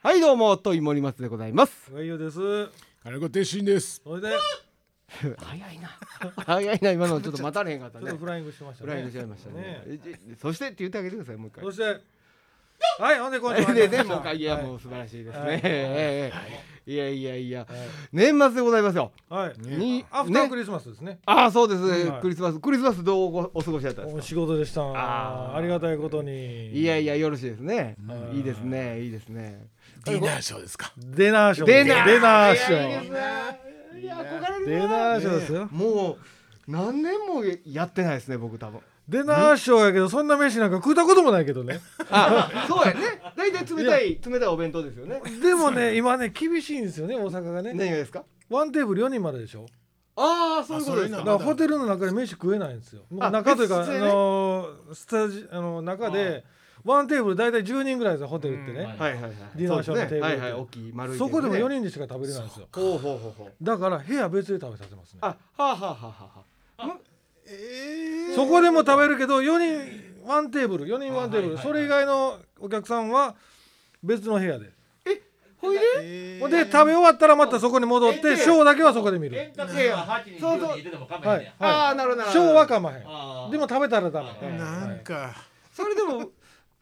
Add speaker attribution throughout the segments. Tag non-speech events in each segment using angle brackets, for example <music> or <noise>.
Speaker 1: はいどうもとい森松でございます
Speaker 2: はいよです。
Speaker 3: 金子天心です。
Speaker 2: それで、ち
Speaker 1: 早いな早いな今のちょっと待たれへんかった
Speaker 2: ょっ
Speaker 1: ね
Speaker 2: とフライングしました
Speaker 1: フ
Speaker 2: ね。
Speaker 1: ライングしちゃいましたねえじそしてって言ってあげてくださいもう一回
Speaker 2: そして、はい、ほんで、こんにちは
Speaker 1: えでねもう一回いや
Speaker 2: はい
Speaker 1: もう素晴らしいですね、
Speaker 2: はい
Speaker 1: ええいやいやいや
Speaker 2: はい
Speaker 1: 年末でございますよ
Speaker 2: はい。
Speaker 1: に
Speaker 2: アフタークリスマスですね。
Speaker 1: ああそうです、
Speaker 2: はい
Speaker 1: クリスマスクリスマスどうごお過ごしだったんです
Speaker 2: お
Speaker 1: か
Speaker 2: 仕事でした。
Speaker 1: あー
Speaker 2: ありがたいことに。
Speaker 1: いやいやよろしいですね
Speaker 2: うん
Speaker 1: いいですねいいですね
Speaker 3: ディナーショーですか。
Speaker 2: デナーショー。
Speaker 1: 出ない
Speaker 2: デナー
Speaker 1: い
Speaker 2: シ
Speaker 1: やいい
Speaker 2: ョ
Speaker 1: で
Speaker 2: ー。
Speaker 1: すねいや憧れ
Speaker 2: デ
Speaker 1: るな
Speaker 2: ナーショーですよ。
Speaker 1: もう何年もやってないですね僕多分
Speaker 2: デナーショーやけど、そんな飯なんか食ったこともないけどね。
Speaker 1: あ <laughs> そうやね大体冷たい冷たいお弁当ですよね
Speaker 2: でもね、今ね、厳しいんですよね、大阪がね。
Speaker 1: 何がですか
Speaker 2: ワンテーブル4人まででしょ。
Speaker 1: ああそういうことです
Speaker 3: あ
Speaker 1: か
Speaker 2: だからホテルの中で飯食えないんですよ。も
Speaker 1: あ
Speaker 2: う中というか、あ
Speaker 1: 別室でね
Speaker 2: のースタジあのー中でワンテーブル大体10人ぐらいですよホテルってね。
Speaker 1: はいはいはい
Speaker 2: ディナーショーのテ
Speaker 1: そうですね
Speaker 2: ーブルで
Speaker 1: はいはい大きい丸いテー
Speaker 2: そ
Speaker 1: ブ
Speaker 2: こ
Speaker 1: ル
Speaker 2: でも4人でしか食べれないんですよ。
Speaker 1: ほうほうほうほう
Speaker 2: だから部屋別で食べさせますね
Speaker 1: あ。はあはあはあは
Speaker 2: そこでも食べるけど4人ワンテーブル4人ワンテーブル、それ以外のお客さんは別の部屋で。
Speaker 1: ほい
Speaker 2: ほんで食べ終わったらまたそこに戻っ
Speaker 1: ええ
Speaker 2: てショーだけはそこで見る。
Speaker 4: 円卓では8人
Speaker 1: そうそう
Speaker 4: 10人いてても構えへん
Speaker 2: は
Speaker 4: ね
Speaker 2: い
Speaker 4: や。
Speaker 1: あ
Speaker 2: は。
Speaker 1: あなるほどないる
Speaker 2: ショ
Speaker 1: ほど
Speaker 2: ーは構へん。
Speaker 4: あー
Speaker 2: でも食べたらダメ。
Speaker 4: え
Speaker 3: なんか、
Speaker 1: それでも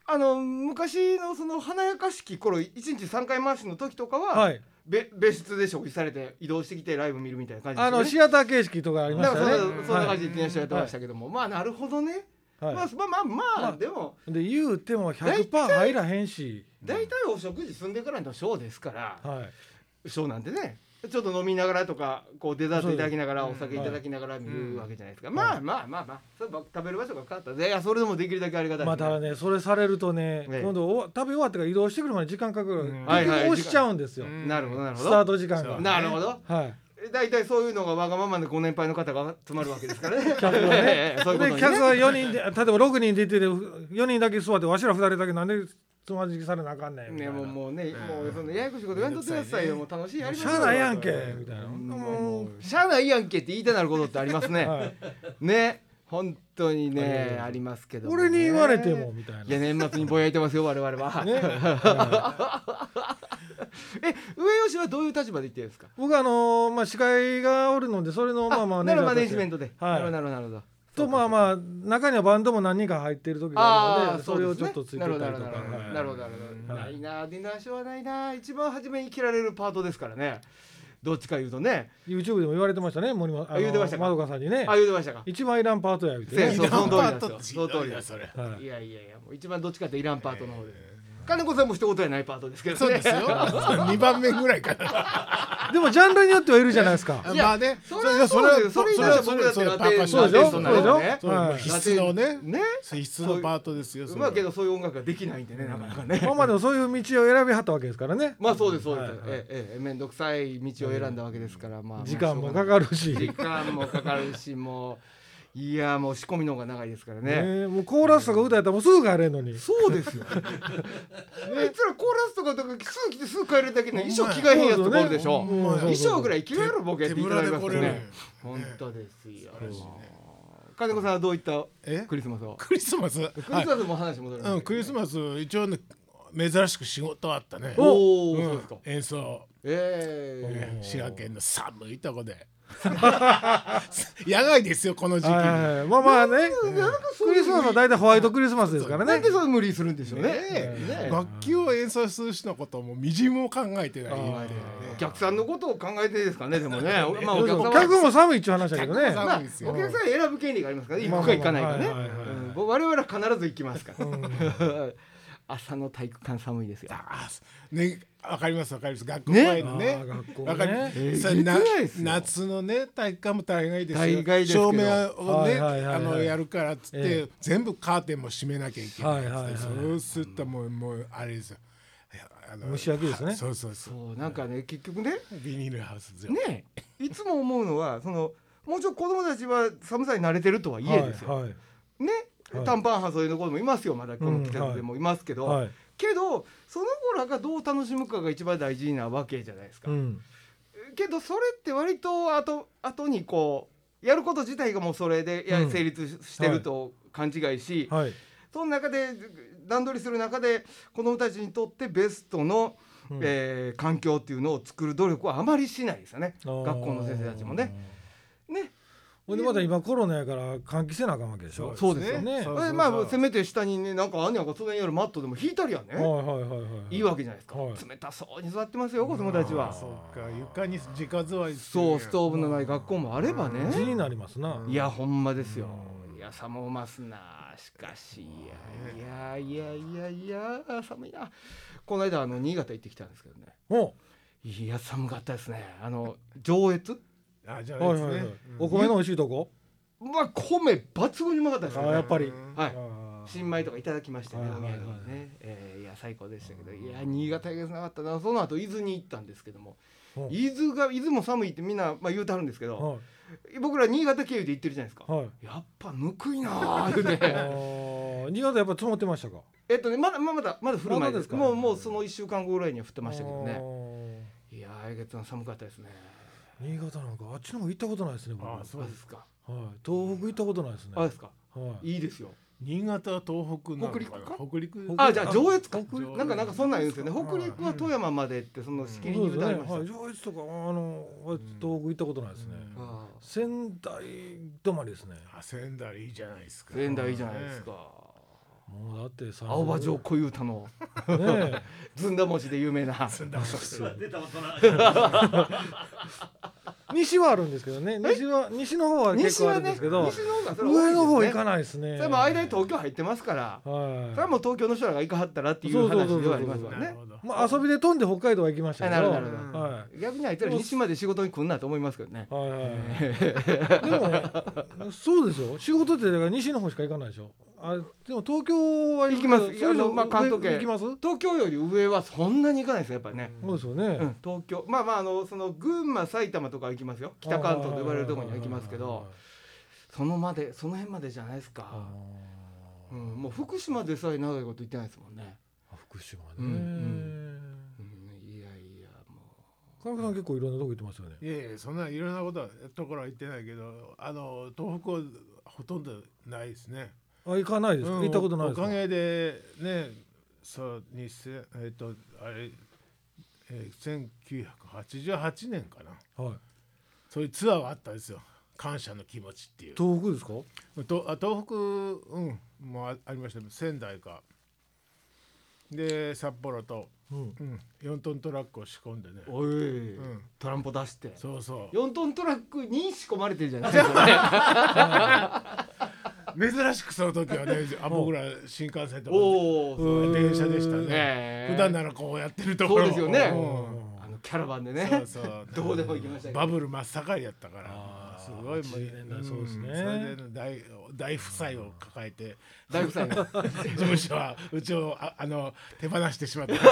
Speaker 1: あの昔のその華やかしき頃一日3回回しの時とかは、
Speaker 2: はい。
Speaker 1: べ別室で食事されて移動してきてライブ見るみたいな感じ
Speaker 2: あの
Speaker 1: ですよね
Speaker 2: シアター形式とかありま
Speaker 1: な
Speaker 2: し
Speaker 1: ん
Speaker 2: た
Speaker 1: か
Speaker 2: よ
Speaker 1: そ
Speaker 2: ね。
Speaker 1: うそんな感じで電車やってましたけども、まあなるほどね、
Speaker 2: はい
Speaker 1: まあまあまあまあ、
Speaker 2: まあ
Speaker 1: でも
Speaker 2: で言うても100%入らへんし、
Speaker 1: 大体お食事済んでからのショーですから、
Speaker 2: はい、
Speaker 1: ショーなんてねちょっと飲みながらとかこうデザートいただきながら
Speaker 4: そう
Speaker 1: お
Speaker 4: です
Speaker 1: 酒いただきながら見
Speaker 4: う
Speaker 1: る
Speaker 4: ん
Speaker 1: わけじゃないですか、
Speaker 2: ん
Speaker 1: ま
Speaker 2: は
Speaker 1: あまあまあまあそれば食べる場所が変わったらいやそれでもできるだけありがたいです
Speaker 2: まあただねそれされると
Speaker 1: え
Speaker 2: ね、
Speaker 1: え
Speaker 2: 今度お食べ終わってから移動してくるまで時間かかる、
Speaker 4: うん
Speaker 2: 結
Speaker 1: はいはい
Speaker 2: 局押しちゃうんですよ、
Speaker 4: うん
Speaker 1: なるほどなる
Speaker 2: ス
Speaker 1: ほ
Speaker 2: ター
Speaker 1: ど
Speaker 2: ト時間が、
Speaker 3: そう
Speaker 1: なるほど
Speaker 2: はい
Speaker 1: 大体そういうのがわがままでご年配の方が集まるわけですからね
Speaker 2: <laughs> 客が
Speaker 1: え
Speaker 2: ね
Speaker 1: えそういうこと
Speaker 2: で
Speaker 1: に
Speaker 2: 客
Speaker 1: ね
Speaker 2: が4人で例え <laughs> ば6人出てて4人だけ座ってわしら2人だけなんでつまじきされなあかんねんみ
Speaker 1: ね
Speaker 2: たい
Speaker 1: もう
Speaker 2: な、
Speaker 1: もうね、もうそのややこしいこと言わんとってくださいよ、もう楽しいやりま
Speaker 2: し
Speaker 1: すよ
Speaker 2: ゃあないやんけみたいな、
Speaker 1: うん
Speaker 2: も
Speaker 1: も
Speaker 2: う
Speaker 1: うしゃあないやんけって言いたなることってありますね、
Speaker 2: はい、
Speaker 1: ね本当に
Speaker 2: ありがとうござ
Speaker 1: ね
Speaker 2: います
Speaker 1: ありますけど、
Speaker 2: 俺に言われてもみたいな、
Speaker 1: いや年末にぼやいてますよ我々は、
Speaker 2: ね
Speaker 1: え上吉はどういう立場で言ってるんですか
Speaker 2: 僕あのーまあ司会がおるのでそれのまあまあ
Speaker 1: なるマネ
Speaker 2: ネ
Speaker 1: ジメントで、
Speaker 2: は
Speaker 1: なるほど
Speaker 2: い
Speaker 1: なるほどなるほど
Speaker 2: とまあまあ中にはバンドも何人か入ってる時がある
Speaker 1: あ
Speaker 2: の
Speaker 1: あ
Speaker 2: でそれをちょっとついてたりとか
Speaker 1: なるほどなるほど
Speaker 2: はい
Speaker 1: なるほどなるほど
Speaker 2: はい
Speaker 1: ないなディナーショーはないな一番初めに切られるパートですからねどっちか言うとね
Speaker 2: YouTube でも言われてましたね森本あの
Speaker 1: 言うてましたか
Speaker 2: まどかさんにね
Speaker 1: あ言うてましたか
Speaker 2: 一番いらんパートや言うて
Speaker 1: せ
Speaker 2: ね
Speaker 1: そやうその通りなんですよ
Speaker 3: イラ
Speaker 1: その
Speaker 3: ンパート
Speaker 1: 通りなんです
Speaker 3: それ。
Speaker 2: はい
Speaker 1: いやいやいやもう一番どっちかっていらんパートの方で、金子さんも一言やないパートですけどね
Speaker 3: そうですよ。
Speaker 1: <laughs>
Speaker 3: 二番目ぐらいかな。
Speaker 2: でもジャンルによってはいるじゃないですか
Speaker 1: いや
Speaker 3: まあね、
Speaker 1: それはそうですよそれに対して僕だってラテン
Speaker 3: それはそれ
Speaker 2: ラテン
Speaker 3: そ
Speaker 2: の
Speaker 3: れ
Speaker 2: ね
Speaker 3: それは
Speaker 2: はい
Speaker 3: 必須のね、
Speaker 1: ね
Speaker 3: 必須のパートですよ。それ
Speaker 1: ま
Speaker 3: は
Speaker 1: あけどそういう音楽ができないんでねなかなかね
Speaker 2: まあまあでもそういう道を選びはったわけですからね
Speaker 1: まあそうですそうです、
Speaker 2: はいはい
Speaker 1: ええええ面倒くさい道を選んだわけですから、まあ
Speaker 2: 時間も
Speaker 1: まあ
Speaker 2: か
Speaker 1: しょ
Speaker 2: かるし
Speaker 1: うがない時間もかかるしもういやもう仕込みの方が長いですからね
Speaker 2: ねもうコーラスとか歌やったらもうすぐ帰れんのに
Speaker 1: そうですよ、ね、いつらコーラスとかとかすぐ来てすぐ帰るだけね衣装着替えへんやつとかあるでしょ、
Speaker 2: そう
Speaker 3: ほんまや
Speaker 2: そう
Speaker 1: 衣
Speaker 2: そう
Speaker 1: 装ぐらい着替えろボケって言っていただきますから
Speaker 3: 手ぶらで来れ
Speaker 1: ね
Speaker 3: る
Speaker 1: 本当ですよ、金子さんはどういった
Speaker 3: え
Speaker 1: クリスマスを
Speaker 3: クリスマス。
Speaker 1: クリ
Speaker 3: は
Speaker 1: ス
Speaker 3: い
Speaker 1: マスも話戻るんですけど
Speaker 3: うん、クリスマス一応ね珍しく仕事あったね。
Speaker 1: おお、そう
Speaker 3: う
Speaker 1: で
Speaker 3: ん
Speaker 1: すか
Speaker 3: 演奏。
Speaker 1: え
Speaker 3: ね滋賀県の寒いとこで <laughs> 野外ですよこの時期
Speaker 2: はい
Speaker 3: に
Speaker 2: はいはいまあまあね
Speaker 1: えなんかそう
Speaker 2: ク
Speaker 1: い
Speaker 2: リ
Speaker 1: う
Speaker 2: スマスは大体ホワイトクリスマスですか
Speaker 1: な
Speaker 2: ら
Speaker 1: ん
Speaker 2: ね
Speaker 1: でそう無理するんでしょうね
Speaker 3: ね
Speaker 1: ねえ
Speaker 3: 楽器を演奏する人のこともみじんも考えてないっていうね
Speaker 1: お客さんのことを考えてですかねで
Speaker 2: <laughs>
Speaker 1: もねまあお
Speaker 2: そう
Speaker 1: 客
Speaker 2: そ
Speaker 1: さん
Speaker 2: う
Speaker 1: は
Speaker 2: 客も寒いっちゅう話だけどね
Speaker 3: 客
Speaker 1: ま
Speaker 3: も
Speaker 1: あ
Speaker 3: 寒いですよ
Speaker 1: お客さん選ぶ権利がありますからね行
Speaker 2: まあ
Speaker 1: くか行かないかね
Speaker 2: はいはいはいはい
Speaker 1: うん僕我々は必ず行きますから <laughs> 朝の体育館寒いですよ
Speaker 3: あねわかりますわかります学校前の
Speaker 2: あ
Speaker 3: ね
Speaker 2: ー学校ね
Speaker 3: わかり
Speaker 1: えー
Speaker 3: それな
Speaker 1: 行けないですよ
Speaker 3: 夏のね体育館も大概です
Speaker 1: 大
Speaker 3: よ
Speaker 1: 概ですけど
Speaker 3: 照明を
Speaker 2: は
Speaker 3: ね
Speaker 2: いはいはいはい
Speaker 3: あのやるからっつっ
Speaker 2: え
Speaker 3: て全部カーテンも閉めなきゃいけないっつって
Speaker 2: はいはいはい
Speaker 3: そうするともうもうあれですよいやあの
Speaker 2: 蒸し焼きですね
Speaker 3: そうそうそう
Speaker 1: そうなんかね結局ね
Speaker 3: ビニールハウスですよ
Speaker 1: ねえいつも思うのはそのもうちょっと子供たちは寒さに慣れてるとはいえですよ
Speaker 2: はいはい
Speaker 1: ね
Speaker 2: はい
Speaker 1: 短パン半袖の子もいますよまだこの季節でもいますけど、
Speaker 2: はい
Speaker 1: けどその子らがどう楽しむかが一番大事なわけじゃないですか、
Speaker 2: うん
Speaker 1: けどそれって割と後後にこうやること自体がもうそれで、いや
Speaker 2: うん
Speaker 1: 成立ししてると勘違いし、
Speaker 2: はい
Speaker 1: その中で段取りする中で子どもたちにとってベストの
Speaker 2: うん
Speaker 1: えー環境っていうのを作る努力はあまりしないですよね
Speaker 2: あー
Speaker 1: 学校の先生たちもね。ね
Speaker 2: ほんでまた今コロナやから換気せなあかんわけでしょ
Speaker 1: そうですよ
Speaker 2: ね
Speaker 3: そう
Speaker 1: えまあせめて下にねなんかあんにゃんかその辺よりマットでも引いたりや
Speaker 2: はい
Speaker 1: ね
Speaker 2: はいはいはい
Speaker 1: いいわけじゃないですか、
Speaker 2: はい
Speaker 1: 冷たそうに座ってますよ子供たち
Speaker 3: あー
Speaker 1: は
Speaker 3: そうか床に直座りする
Speaker 1: そうストーブのない学校もあればね
Speaker 2: 気になりますな、
Speaker 1: いやほんまですよいや寒うますなしかしいやいやいやいやいや寒いなこの間あの新潟行ってきたんですけどね
Speaker 2: も
Speaker 1: いや寒かったですねあの上越
Speaker 3: あじゃ
Speaker 2: う、
Speaker 3: あ
Speaker 2: はい
Speaker 3: で
Speaker 2: は
Speaker 3: す
Speaker 2: いはい
Speaker 3: ね
Speaker 2: お米の美味しいとこ
Speaker 1: まあ米抜群にうまかったです
Speaker 2: あ
Speaker 1: よ
Speaker 2: ー
Speaker 1: ね
Speaker 2: やっぱり
Speaker 3: うん
Speaker 1: はい
Speaker 2: あー
Speaker 1: 新米とかいただきましたね、
Speaker 2: はい
Speaker 1: お
Speaker 2: はい
Speaker 1: 土
Speaker 2: はい
Speaker 1: 産にね、えーいや最高でしたけどいや新潟行けなかったなその後伊豆に行ったんですけども
Speaker 2: うん
Speaker 1: 伊豆が伊豆も寒いってみんな、まあ、言うてはるんですけど
Speaker 2: は
Speaker 1: 僕ら新潟経由で行ってるじゃないです
Speaker 2: い
Speaker 1: か
Speaker 2: はい
Speaker 1: やっぱぬくいなーっ
Speaker 2: あ
Speaker 1: て
Speaker 2: ー新潟やっぱ積もってましたか
Speaker 1: えっとねまだまだまだまだ降る
Speaker 2: ま
Speaker 1: 前
Speaker 2: だ
Speaker 1: で
Speaker 2: です
Speaker 1: す
Speaker 2: か
Speaker 1: もうもうその1週間後ぐらいには降ってましたけどね
Speaker 2: ね
Speaker 1: いやーえげつな寒かったですね
Speaker 2: 新潟なんかあっちの方行ったことないですね僕
Speaker 3: あ
Speaker 2: は
Speaker 3: ー
Speaker 2: い
Speaker 3: そうです
Speaker 1: すか
Speaker 2: 東北行ったことないですね
Speaker 1: あですか
Speaker 2: はい
Speaker 1: いいですよ
Speaker 3: 新潟東北なのな北陸
Speaker 1: あじゃあ上越か
Speaker 3: 北陸
Speaker 1: なんかなんかそんなん言うんですよね北陸は富山までってそのしきり
Speaker 2: そ
Speaker 1: に
Speaker 2: う
Speaker 1: 言
Speaker 2: です
Speaker 1: うて
Speaker 2: ね
Speaker 1: あ
Speaker 2: は
Speaker 1: り
Speaker 2: い
Speaker 1: ましたよ、
Speaker 2: 上越とかあの東北行ったことないですね
Speaker 3: うん
Speaker 1: あー
Speaker 2: 仙台止まりですね
Speaker 3: あ仙台いいじゃないですか
Speaker 1: 仙台いいじゃないですか。
Speaker 2: もうだってさ
Speaker 1: 青葉城小遊太
Speaker 2: <laughs>
Speaker 1: の
Speaker 2: ね
Speaker 1: ずんだ餅で有名
Speaker 2: <laughs>
Speaker 1: な。
Speaker 4: 出た大人
Speaker 2: え西はあるんですけどね西は西の方は
Speaker 1: 西
Speaker 2: 結構あ
Speaker 1: は
Speaker 2: るんで
Speaker 1: ね、
Speaker 2: す
Speaker 1: 西
Speaker 2: け
Speaker 1: の
Speaker 2: ど、
Speaker 1: 方がそれ
Speaker 2: 上の方行
Speaker 1: い。
Speaker 2: かないですね
Speaker 1: それも間に東京入ってますから、
Speaker 2: はい
Speaker 1: それはもう東京の人らが行かはったらっていう話ではあります
Speaker 2: そ
Speaker 1: わ
Speaker 3: なる
Speaker 1: ね。
Speaker 3: ほど
Speaker 2: まあ遊びで飛んで北海道は行きましたけど
Speaker 1: あなるほど
Speaker 3: なるほど
Speaker 2: はい
Speaker 1: 逆にあいつら西まで仕事に来んなと思いますけどね。
Speaker 2: はいはいはい、でもそうですよ仕事ってだから西の方しか行かないでしょあでも東京はけ
Speaker 1: 行
Speaker 2: ど
Speaker 1: きます
Speaker 2: それ以上
Speaker 1: あのまあ関東圏
Speaker 2: 上行きますそ
Speaker 1: 東京より上はそんなに行かないですね、やっぱりね。
Speaker 2: うですよね、
Speaker 1: うん、東京まあまああのその群馬埼玉とかは行きますよ北関東と呼ばれるところには行きますけどそのまでその辺までじゃないです
Speaker 2: あー
Speaker 1: か、うん、もう福島でさえ長いこと行ってないですもんね、
Speaker 2: あ福島ね、
Speaker 1: うんううん、いやいやもう
Speaker 2: 金子さん結構いろんなとこ行ってますよね
Speaker 3: いやいやそんないろんなことはところは行ってないけどあの東北はほとんどないですね
Speaker 2: あ行かないですか、
Speaker 3: うん
Speaker 2: 行ったことないです
Speaker 3: お
Speaker 2: か
Speaker 3: かげでねそうにせえっ、とあれ、えー、1988年かな
Speaker 2: はい、
Speaker 3: そういうツアーがあったんですよ感謝の気持ちっていう
Speaker 2: 東北ですか
Speaker 3: とあ東北うんもうあありました仙台かで札幌と、
Speaker 2: うん
Speaker 3: うん、4トントラックを仕込んでね、
Speaker 1: おい、
Speaker 3: うん
Speaker 1: トランポ出して
Speaker 3: そうそう
Speaker 1: 4トントラックに仕込まれてるじゃないですか
Speaker 3: 珍しくその時はね
Speaker 1: <laughs>
Speaker 3: あ僕ら新幹 <laughs> 線とか
Speaker 1: おお
Speaker 3: うん電車でした
Speaker 1: ね
Speaker 3: ね
Speaker 1: え
Speaker 3: 普段ならこうやってるところ
Speaker 1: そうですよね
Speaker 3: うん
Speaker 1: あのキャラバンでね
Speaker 3: そうそう
Speaker 1: <laughs> どうでも行きましたけど
Speaker 3: バブル真っ盛りやったから
Speaker 2: あー
Speaker 3: すごいもう
Speaker 2: 80年代そうですね
Speaker 3: んそれで大大負債を抱
Speaker 1: <laughs>
Speaker 3: えて
Speaker 1: 大夫さんが
Speaker 3: 事務所はうちをああの手放し
Speaker 1: <laughs>
Speaker 3: てしまった
Speaker 1: ツ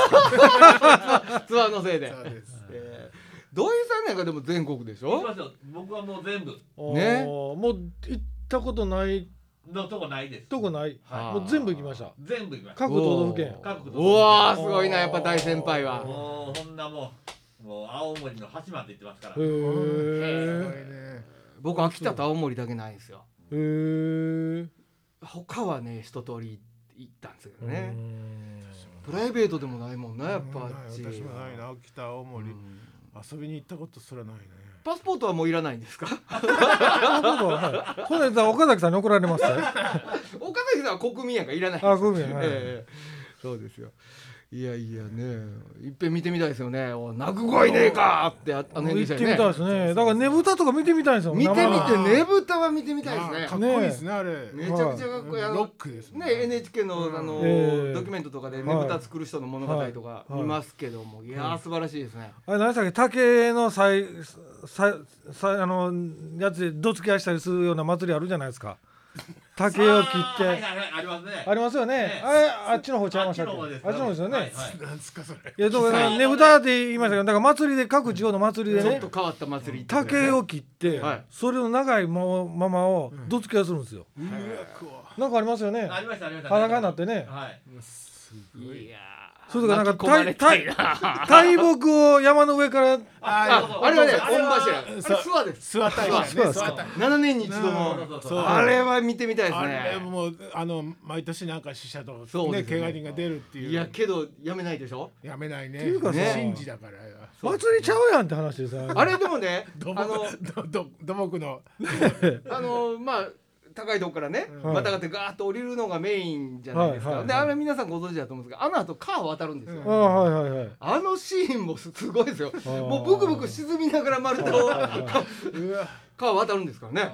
Speaker 1: アーのせいで
Speaker 3: そうです
Speaker 1: ええ土井さんなんかでも全国でし
Speaker 4: 行きま
Speaker 1: ょ
Speaker 4: したよ僕はもう全部
Speaker 1: ね
Speaker 2: あーもう行ったことない
Speaker 4: のとこないです
Speaker 2: とこない、
Speaker 1: はい
Speaker 2: もう全部行きました
Speaker 4: 全部行きました
Speaker 2: 各都道府
Speaker 1: お
Speaker 2: 県
Speaker 1: ー
Speaker 4: 各都道府
Speaker 1: う
Speaker 4: 県
Speaker 1: わーすごいなやっぱ大先輩は
Speaker 4: もうそんなもうもう青森の橋まで行ってますか
Speaker 2: へ
Speaker 4: ら
Speaker 3: すごい
Speaker 2: え
Speaker 3: ね
Speaker 1: 僕秋田と青森だけないんですよ
Speaker 2: へえ
Speaker 1: 他はね一通り行ったんですけどねプライベートでもないもんなやっぱあっち
Speaker 3: うんない私もないな秋田青森、
Speaker 1: うん
Speaker 3: 遊びに行ったことすらないね
Speaker 1: パスポートはもういらないんですか <laughs>
Speaker 2: なるほど、はい、それじゃあ岡崎さんに怒られますね
Speaker 1: 岡崎さんは国民やからいらない
Speaker 2: あごめん、はい
Speaker 1: ええそうですよ。いやいやね、いっぺん見てみたいですよね。おい、泣く声ねえかってああの
Speaker 2: 行
Speaker 1: 辺
Speaker 2: って
Speaker 1: で
Speaker 2: み
Speaker 1: したよ
Speaker 2: たい
Speaker 1: ね
Speaker 2: で。すねだからねぶたとか見てみたいんですよ
Speaker 1: 見てみて
Speaker 2: 生
Speaker 1: ねぶたは見てみたい
Speaker 3: まあ
Speaker 1: で
Speaker 3: か
Speaker 1: す
Speaker 3: っ
Speaker 1: ね。
Speaker 3: こいいですねあれ
Speaker 1: めちゃくちゃかっこいい。あ
Speaker 3: ロッ
Speaker 1: の
Speaker 3: クですもん
Speaker 1: ね NHK のあの、
Speaker 2: ええ
Speaker 1: ドキュメントとかでねぶた作る人の物語とか見ますけども、いやー素晴らしいですね。
Speaker 2: あれ何でしたっけ竹のさいさいさいあのやつでどつき合いしたりするような祭りあるじゃないですか竹を切
Speaker 4: あ
Speaker 2: っ
Speaker 4: ーはい
Speaker 2: て
Speaker 4: はいはいありますね
Speaker 2: ありますよね
Speaker 4: ね
Speaker 2: あれあっちの方ちゃいましたっけ
Speaker 4: あっちの
Speaker 2: あっちの方
Speaker 4: 方です
Speaker 2: ですよね、
Speaker 4: はい
Speaker 2: い
Speaker 4: はい
Speaker 3: なんですかそれ
Speaker 2: やだからねぶたって言いましたけどだから祭りで各地方の祭りで
Speaker 1: ちょっ
Speaker 2: ね
Speaker 1: と変わった祭りってことでね、
Speaker 2: 竹を切って、
Speaker 1: はい
Speaker 2: それの長いまままをどつき合いするんですよ、
Speaker 3: うわ怖
Speaker 2: なんかありますよね
Speaker 4: ありましたありました
Speaker 2: 裸になってね
Speaker 4: はい
Speaker 3: いすごい
Speaker 1: いやー
Speaker 2: それとかなん
Speaker 1: 巻
Speaker 2: か
Speaker 1: き込まれ
Speaker 2: 大
Speaker 1: たい
Speaker 2: 大大木を山の上から
Speaker 3: あ
Speaker 1: ああれはね
Speaker 3: あ
Speaker 1: 御柱あれ
Speaker 3: そう
Speaker 1: 諏訪です
Speaker 3: 座ったりね
Speaker 2: そうですか
Speaker 3: 座った
Speaker 1: 7年に一度
Speaker 3: う
Speaker 1: の
Speaker 3: ん
Speaker 4: そう
Speaker 3: そう
Speaker 1: あれは見てみたいです
Speaker 3: あれ
Speaker 1: ね
Speaker 3: もうあの毎年なんか死者と
Speaker 1: そう
Speaker 3: ね
Speaker 1: ですね
Speaker 3: 怪我人が出るっていう
Speaker 1: いやけどやめないでしょ
Speaker 3: やめないね
Speaker 2: っていうか
Speaker 1: さ
Speaker 3: 神事だから
Speaker 2: 祭りちゃうやんって話でさ
Speaker 1: あれでもね
Speaker 3: 土
Speaker 1: あの
Speaker 3: 木どど土木の
Speaker 1: あのまあ高いとこからね、
Speaker 2: はい
Speaker 1: またがってガーッと降りるのがメインじゃないですか、
Speaker 2: はいはいはい
Speaker 1: であれ皆さんご存知だと思うんですけどあの後川渡るんですよ、
Speaker 2: あはいはいはい
Speaker 1: あのシーンもすすごいですよ
Speaker 2: あー
Speaker 1: もうブクブク沈みながら丸太を
Speaker 3: うわ
Speaker 1: 川渡るんですからね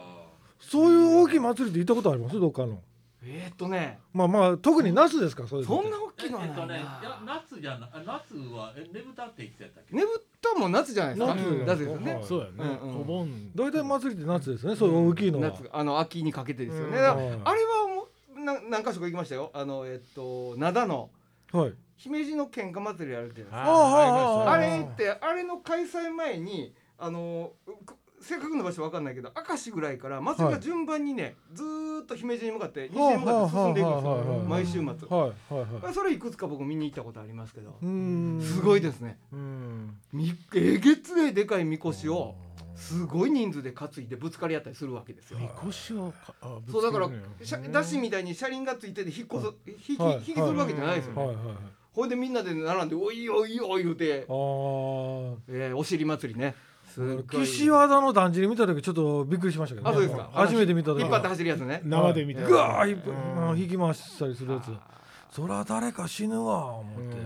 Speaker 2: そういう大きい祭りって行ったことありますどっかの
Speaker 1: えーっとね
Speaker 2: まあまあ特に那須ですかそれ
Speaker 1: そんな
Speaker 2: あ
Speaker 1: 大き
Speaker 4: ええ
Speaker 1: いのは
Speaker 4: っとね
Speaker 1: ないい
Speaker 4: や
Speaker 1: な
Speaker 4: 夏じゃなあ夏はえねぶたって言ってたっけ
Speaker 1: ねぶったも夏じゃないですか
Speaker 2: 夏
Speaker 1: 夏ですよね、
Speaker 2: はい
Speaker 3: そうだよね
Speaker 1: うんうん
Speaker 3: お盆
Speaker 2: 大体祭りって夏ですねそういう大きいのは
Speaker 1: 夏あの秋にかけてですよね、
Speaker 3: うん
Speaker 1: だから
Speaker 2: はい
Speaker 1: あれはもうな何か所か行きましたよあのえっと灘の
Speaker 2: はい
Speaker 1: 姫路の喧嘩祭りあるじゃないですか
Speaker 3: あ
Speaker 2: あー
Speaker 1: あ
Speaker 3: あり
Speaker 1: れ
Speaker 3: ま
Speaker 1: ってあれの開催前にあのく正確な場所わかんないけど明石ぐらいから祭りが順番にね、ずーっと姫路に向かって西に向かって進んでいくんです
Speaker 2: はあはあはあは
Speaker 1: よ
Speaker 2: あ
Speaker 1: 毎週末、
Speaker 2: はいはいはい
Speaker 1: それいくつか僕見に行ったことありますけど
Speaker 2: うーん
Speaker 1: すごいですね
Speaker 3: うん
Speaker 1: みえげつねえでかいみこしをすごい人数で担いでぶつかり合ったりするわけですよ
Speaker 3: みこしをかあぶつけ
Speaker 1: そうだ
Speaker 3: るの
Speaker 1: から
Speaker 3: よ
Speaker 1: しゃダッシュみたいに車輪がついてて引っこそ引き
Speaker 2: はい
Speaker 1: 引きずるわけじゃないですよね、
Speaker 2: はいはいはい
Speaker 1: ほいでみんなで並んで「おいおいおい」言うて
Speaker 2: あ、ー
Speaker 1: えーお尻祭りねすっごい
Speaker 2: 岸和田のだんじり見た時ちょっとびっくりしましたけど、
Speaker 1: あそうですか
Speaker 2: 初めて見た時
Speaker 1: 引っ張って走るやつね
Speaker 3: 縄で見た
Speaker 2: ぐわー引っ
Speaker 3: う
Speaker 2: 張
Speaker 3: ん
Speaker 2: 引き回したりするやつそりゃ誰か死ぬわ思って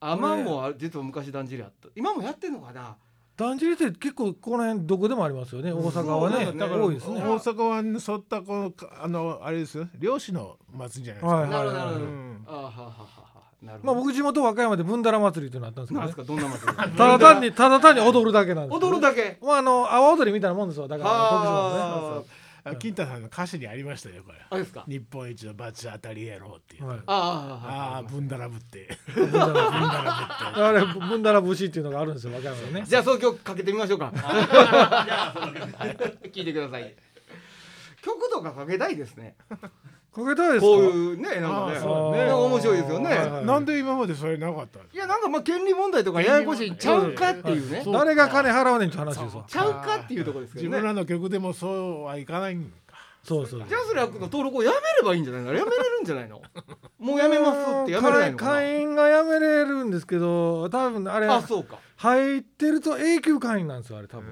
Speaker 1: アマンもあ実は昔だんじりあった今もやってんのかな
Speaker 2: だんじりって結構この辺どこでもありますよね大阪はね
Speaker 1: そう
Speaker 3: だから
Speaker 2: 多いですね
Speaker 3: 大阪湾に沿ったこのかあのあれですよ漁師の祭りじゃないですか、
Speaker 2: はい
Speaker 1: な
Speaker 2: は
Speaker 1: る
Speaker 2: い
Speaker 1: ほどなる
Speaker 2: は
Speaker 1: ほ
Speaker 2: い
Speaker 1: ど、
Speaker 3: うん
Speaker 1: あーははははなるほ
Speaker 2: ま
Speaker 1: ど
Speaker 2: あ僕地元和歌山でぶんだら祭りっていうのあったんですけ
Speaker 1: な
Speaker 2: ど
Speaker 1: ん
Speaker 2: ね
Speaker 1: すかどんな祭り
Speaker 2: <laughs> ただ単にただ単に踊るだけなんですけど
Speaker 1: 踊るだけ
Speaker 2: まああの阿波踊りみたいなもんですよだから
Speaker 1: は
Speaker 3: あ金太さんの歌詞にありましたよこれ
Speaker 1: ああれですか
Speaker 3: 日本一の罰当たり野郎ってい
Speaker 2: 特
Speaker 3: う、
Speaker 2: 技なんでね
Speaker 1: あ
Speaker 3: ああ
Speaker 1: ー
Speaker 3: ぶんだらぶって
Speaker 2: はいあれぶんだら節っていうのがあるんですよ和歌山にね
Speaker 1: じゃあその曲かけてみましょうか
Speaker 4: じゃあその
Speaker 1: <laughs>
Speaker 4: 曲
Speaker 1: 聞いてください曲とかかけたいですね
Speaker 2: かけたいですか
Speaker 1: こういうねなんかね
Speaker 3: あーそう
Speaker 1: な
Speaker 3: だね
Speaker 1: んか面白いですよね
Speaker 2: はいはい
Speaker 3: <laughs> なんで今までそれなかったの
Speaker 1: いやなんかまあ権利問題とかややこしいんちゃうかっていうね
Speaker 3: そう
Speaker 2: 誰が金払わねんって話ですよ
Speaker 1: ちゃうかっていうところですけ
Speaker 3: 自
Speaker 1: ど
Speaker 3: 分
Speaker 1: ね
Speaker 3: らの曲でもそうはいかないんか
Speaker 2: そうそう
Speaker 1: ジャスラックの登録をやめればいいんじゃないのやめれるんじゃないのもうやめますってやめれないのかな
Speaker 2: 会員がやめれるんですけど多分あれ
Speaker 1: あそうか
Speaker 2: 入ってると永久会員なんですよあれ多分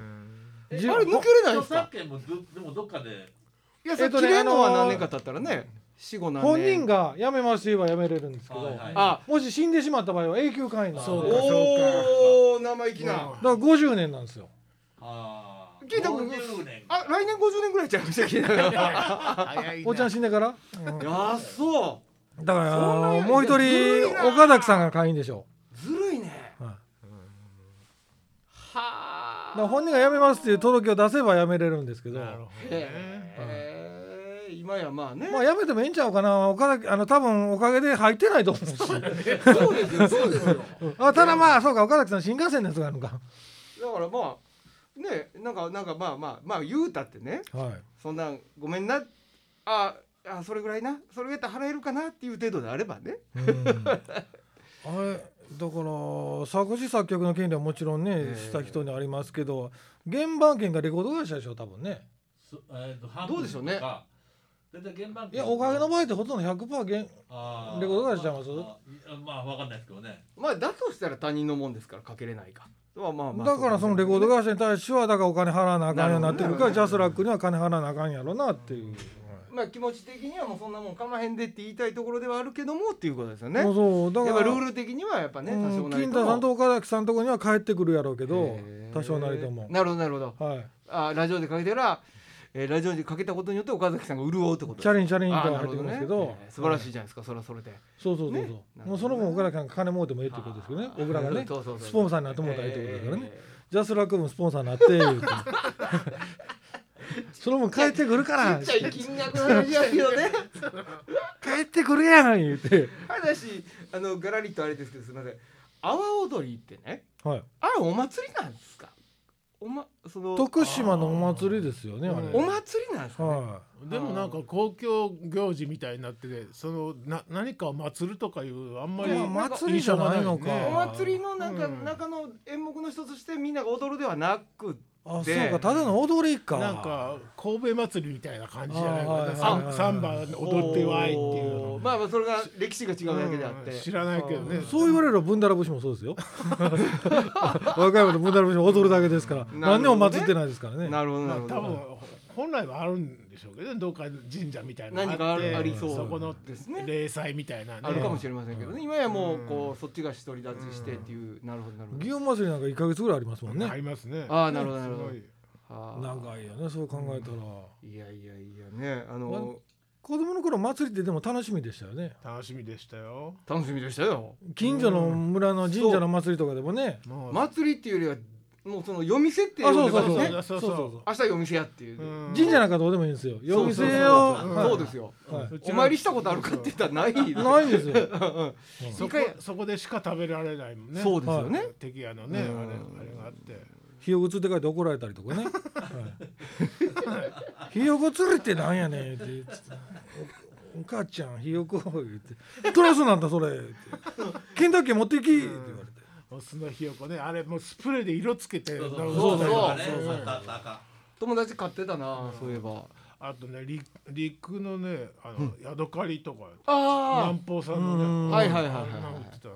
Speaker 1: えあ
Speaker 2: じ
Speaker 1: れ抜けれないん
Speaker 4: 著
Speaker 1: ですか
Speaker 4: 作権もどでもどっかで
Speaker 1: いやそれ
Speaker 2: えっと
Speaker 1: 切
Speaker 2: ね
Speaker 1: れんのは
Speaker 2: あのー
Speaker 1: 何年か経ったらね四五何年
Speaker 2: 本人が辞めますと言えば辞めれるんですけど、
Speaker 4: はいはい
Speaker 1: あ
Speaker 2: もし死んでしまった場合は永久会員なんでだ
Speaker 3: そう
Speaker 2: か
Speaker 3: か
Speaker 1: おお生意気な
Speaker 3: うん
Speaker 2: ら50年なんですよ
Speaker 4: あー
Speaker 1: 聞いたこと
Speaker 4: 50年
Speaker 1: あ来年五十年ぐらいちゃいましたっけ
Speaker 3: 早いな
Speaker 2: おっちゃん死んでから、
Speaker 1: あそう
Speaker 2: だか
Speaker 1: そんな
Speaker 2: ら
Speaker 1: や
Speaker 2: もう一
Speaker 1: ずる
Speaker 2: 人
Speaker 1: いな
Speaker 2: 岡崎さんが会員でしょ
Speaker 1: ずるいね
Speaker 2: う、はい
Speaker 1: はあ
Speaker 2: だから本人が辞めますっていう届けを出せば辞めれるんですけど
Speaker 3: なるほ
Speaker 2: ま
Speaker 3: どね
Speaker 1: へえ今やまあね
Speaker 2: あ辞めてもええんちゃうかな岡崎あの多分おかげで入ってないと思うし
Speaker 1: そうですよそうですよ
Speaker 2: あただまあそうか岡崎さん新幹線のやつがあるのか
Speaker 1: だからまあねなんかなんかまあまあまあ言うたってね
Speaker 2: はい
Speaker 1: そんなごめんなああそれぐらいなそれやったら払えるかなっていう程度であればね
Speaker 2: うんあれだから作詞作曲の権利はもちろんね
Speaker 1: え
Speaker 2: した人にありますけど原版権がレコード会社でしょ多分ね
Speaker 4: そえーと半
Speaker 1: どうでしょうね
Speaker 4: 分とかだいたい現場
Speaker 2: いやおかげの場合ってほとんど100%原
Speaker 4: あー
Speaker 2: レコード会社ちゃいます
Speaker 4: あーまあわかんないですけどね
Speaker 1: まあだとしたら他人のもんですからかけれないかまあまあまあ
Speaker 2: だからそのレコード
Speaker 1: が
Speaker 2: 会社に対してはだからお金払わなあかんようになって
Speaker 1: な
Speaker 2: るから
Speaker 1: るほどね
Speaker 2: ジャスラックには金払わなあかんやろなっていう、
Speaker 1: まあ気持ち的にはもうそんなもんかまへんでって言いたいところではあるけどもっていうことですよね
Speaker 2: もうそうだ
Speaker 1: やっぱ
Speaker 2: から
Speaker 1: ルール的にはやっぱね多
Speaker 2: う
Speaker 1: 少
Speaker 2: ん
Speaker 1: なり
Speaker 2: 金
Speaker 1: と
Speaker 2: 田さん
Speaker 1: も
Speaker 2: と岡崎さんのとこには帰ってくるやろうけど
Speaker 1: へー
Speaker 2: 多少なりとも
Speaker 1: なるほどなるほど
Speaker 2: はい
Speaker 1: あラジオでかけたらえーラジオでかけたことによって岡崎さんが潤うってこと
Speaker 2: チャリンチャリンと
Speaker 1: あー
Speaker 2: 入
Speaker 1: な
Speaker 2: っ
Speaker 1: る
Speaker 2: て
Speaker 1: ほど
Speaker 2: きま
Speaker 1: ね
Speaker 2: すけど
Speaker 1: えー素晴らしいじゃないですかそれはそれで
Speaker 2: そうそうそうそう、
Speaker 1: ね
Speaker 2: もうその分岡崎さんが金儲けもええっていうことですけどね僕らがね
Speaker 1: そうそうそう
Speaker 2: スポンサーになってもらったらいいってことだからね、
Speaker 1: え
Speaker 2: ジャスラックもスポンサーになって言
Speaker 1: <laughs>
Speaker 2: うてその分帰ってくるか
Speaker 1: ー
Speaker 2: ら
Speaker 1: ちっちゃい金額の話やけどね
Speaker 2: 帰ってくるやん言うて
Speaker 1: あだしあのガラリとあれですけどすみません阿波踊りってね
Speaker 2: はい
Speaker 1: あれお祭りなんですかおまその
Speaker 2: 徳島のお祭りですよねあれ
Speaker 1: お祭りなんですかね、
Speaker 2: は
Speaker 3: でもなんか公共行事みたいになっててそのな何かを祭るとかいうあんま
Speaker 2: い
Speaker 3: り、
Speaker 2: まあ祭りじゃないのか
Speaker 3: 印象がない
Speaker 1: お
Speaker 3: ね
Speaker 1: 祭りのなんか、
Speaker 3: うん
Speaker 1: 中の演目の一つとしてみんなが踊るではなく
Speaker 2: あそ
Speaker 1: で
Speaker 2: うかただの踊りか
Speaker 3: なんか神戸祭りみたいな感じじゃない
Speaker 2: あーはいは
Speaker 3: かな
Speaker 2: い
Speaker 3: サ
Speaker 2: は
Speaker 3: ン
Speaker 2: い
Speaker 3: サンバ踊ってわいっていうの
Speaker 1: おーまあまあそれが歴史が違うだけであって、
Speaker 3: うん知らないけどね
Speaker 2: そう言われればブンダラ節もそ
Speaker 1: <laughs>
Speaker 2: うですよ和歌山のブンダラ節も踊るだけですから
Speaker 1: どね
Speaker 2: 何年も祭ってないですからね
Speaker 1: なるほどな
Speaker 3: まあ
Speaker 1: るほ
Speaker 3: 多
Speaker 1: ど、
Speaker 3: 分本来はあるんでしょうけどねどっか神社みたいなの
Speaker 1: 何かある
Speaker 3: っ
Speaker 1: あ
Speaker 3: て
Speaker 1: りそう
Speaker 3: そこの
Speaker 1: ですね
Speaker 3: 霊祭みたいなね
Speaker 1: あるかもしれませんけどね、今やもうこうそっちが独り立ちして
Speaker 3: うん
Speaker 1: っていう、なるほどなるほ
Speaker 2: 祇
Speaker 1: ど
Speaker 2: 園祭りなんか1か月ぐらいありますもん
Speaker 3: あ
Speaker 2: ね
Speaker 3: りますね
Speaker 1: あーなるほどなるほど
Speaker 3: すごい
Speaker 1: あー
Speaker 2: 長いよねそう考えたら
Speaker 1: いやいやいやねあ
Speaker 2: わ
Speaker 1: の
Speaker 2: 子供の頃祭りってでも楽しみでしたよね
Speaker 3: 楽しみでしたよ
Speaker 1: 楽しみでしたよ
Speaker 2: 近所の村の神社の祭りとかでもね
Speaker 3: もう
Speaker 1: 祭りっていうよりはもうその夜店ってい
Speaker 2: あ
Speaker 1: う
Speaker 2: そ
Speaker 1: の
Speaker 2: うそうそう
Speaker 1: ね
Speaker 2: そうそうそう
Speaker 1: 明日夜店やっていう、
Speaker 3: うん
Speaker 2: 神社なんかどうでもいいんですよ夜
Speaker 1: そう
Speaker 2: 店を
Speaker 1: そうそう
Speaker 3: はい
Speaker 1: そうですよ、
Speaker 2: は
Speaker 3: う
Speaker 1: お
Speaker 3: ちの
Speaker 1: 参りしたことあるかって言ったらない
Speaker 3: <laughs>
Speaker 1: です
Speaker 2: いないんですよ
Speaker 3: そこ
Speaker 1: 一回
Speaker 3: そこでしか食べられないもんね
Speaker 1: そうですよね、
Speaker 3: 敵屋のねあれ
Speaker 1: うん
Speaker 3: あれがあって
Speaker 2: ひよこつって書いて怒られたりとかね。はいひよこつるってなんやねんって言っておお母ちゃんひよこ言ってトラスなんだそれってケンタッキー持っていきって言われて
Speaker 3: お酢のひよこねあれもうスプレーで色つけて
Speaker 4: そうそう
Speaker 1: そうそう
Speaker 4: そうね
Speaker 1: そうそう
Speaker 4: あったあったあった
Speaker 1: 友達買ってたな、そういえば
Speaker 3: あとね陸陸のねあの、ヤドカリとか
Speaker 1: ああ
Speaker 3: 南方さんの
Speaker 2: うん
Speaker 3: ね
Speaker 1: はいはいはいはい
Speaker 3: あんなの売ってたな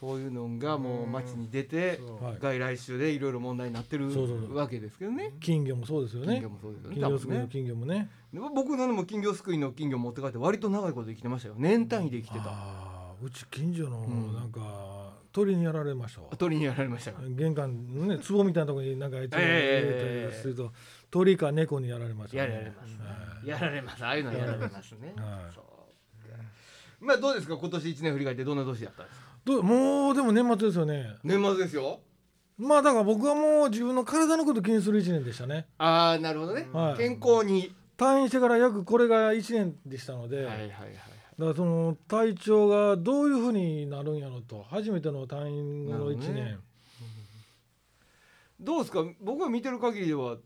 Speaker 1: そういうのがもう街に出て
Speaker 3: そう
Speaker 2: はい
Speaker 1: 外来種でいろいろ問題になってる
Speaker 2: そうそうそう
Speaker 1: わけですけどね
Speaker 2: 金魚もそうですよ
Speaker 1: 金
Speaker 2: ね
Speaker 1: 魚もそうですよね
Speaker 2: 金
Speaker 1: 多
Speaker 2: 魚す
Speaker 1: 分
Speaker 2: くいの
Speaker 1: ね
Speaker 2: 金魚もね
Speaker 1: でも僕なんでも金魚すくいの金魚持って帰って割と長いこと生きてましたよ年単位で生きてた
Speaker 2: あーうち近所の
Speaker 1: ん
Speaker 2: なんか鳥にやられましたわ
Speaker 1: 鳥にやられましたから
Speaker 2: 玄関のね壺みたいなところになんかあいつが入れたりすると鳥か猫にやられました
Speaker 1: や
Speaker 2: ね
Speaker 1: られますねやられますああいうのはやられますね
Speaker 2: はい
Speaker 1: そうまあどうですか今年一年振り返ってどんな年だったんですか
Speaker 2: どうもうでも年末ですよね
Speaker 1: 年末ですよ
Speaker 2: まあだから僕はもう自分の体のこと気にする1年でしたね
Speaker 1: ああなるほどね
Speaker 2: はい
Speaker 1: 健康に
Speaker 2: 退院してから約これが1年でしたので、
Speaker 1: はいはい
Speaker 2: だか
Speaker 1: はい
Speaker 2: らその体調がどういうふうになるんやろと初めての退院後の
Speaker 1: なる
Speaker 2: 1
Speaker 1: ほどね
Speaker 2: 年、
Speaker 1: どうですか僕が見てる限りでは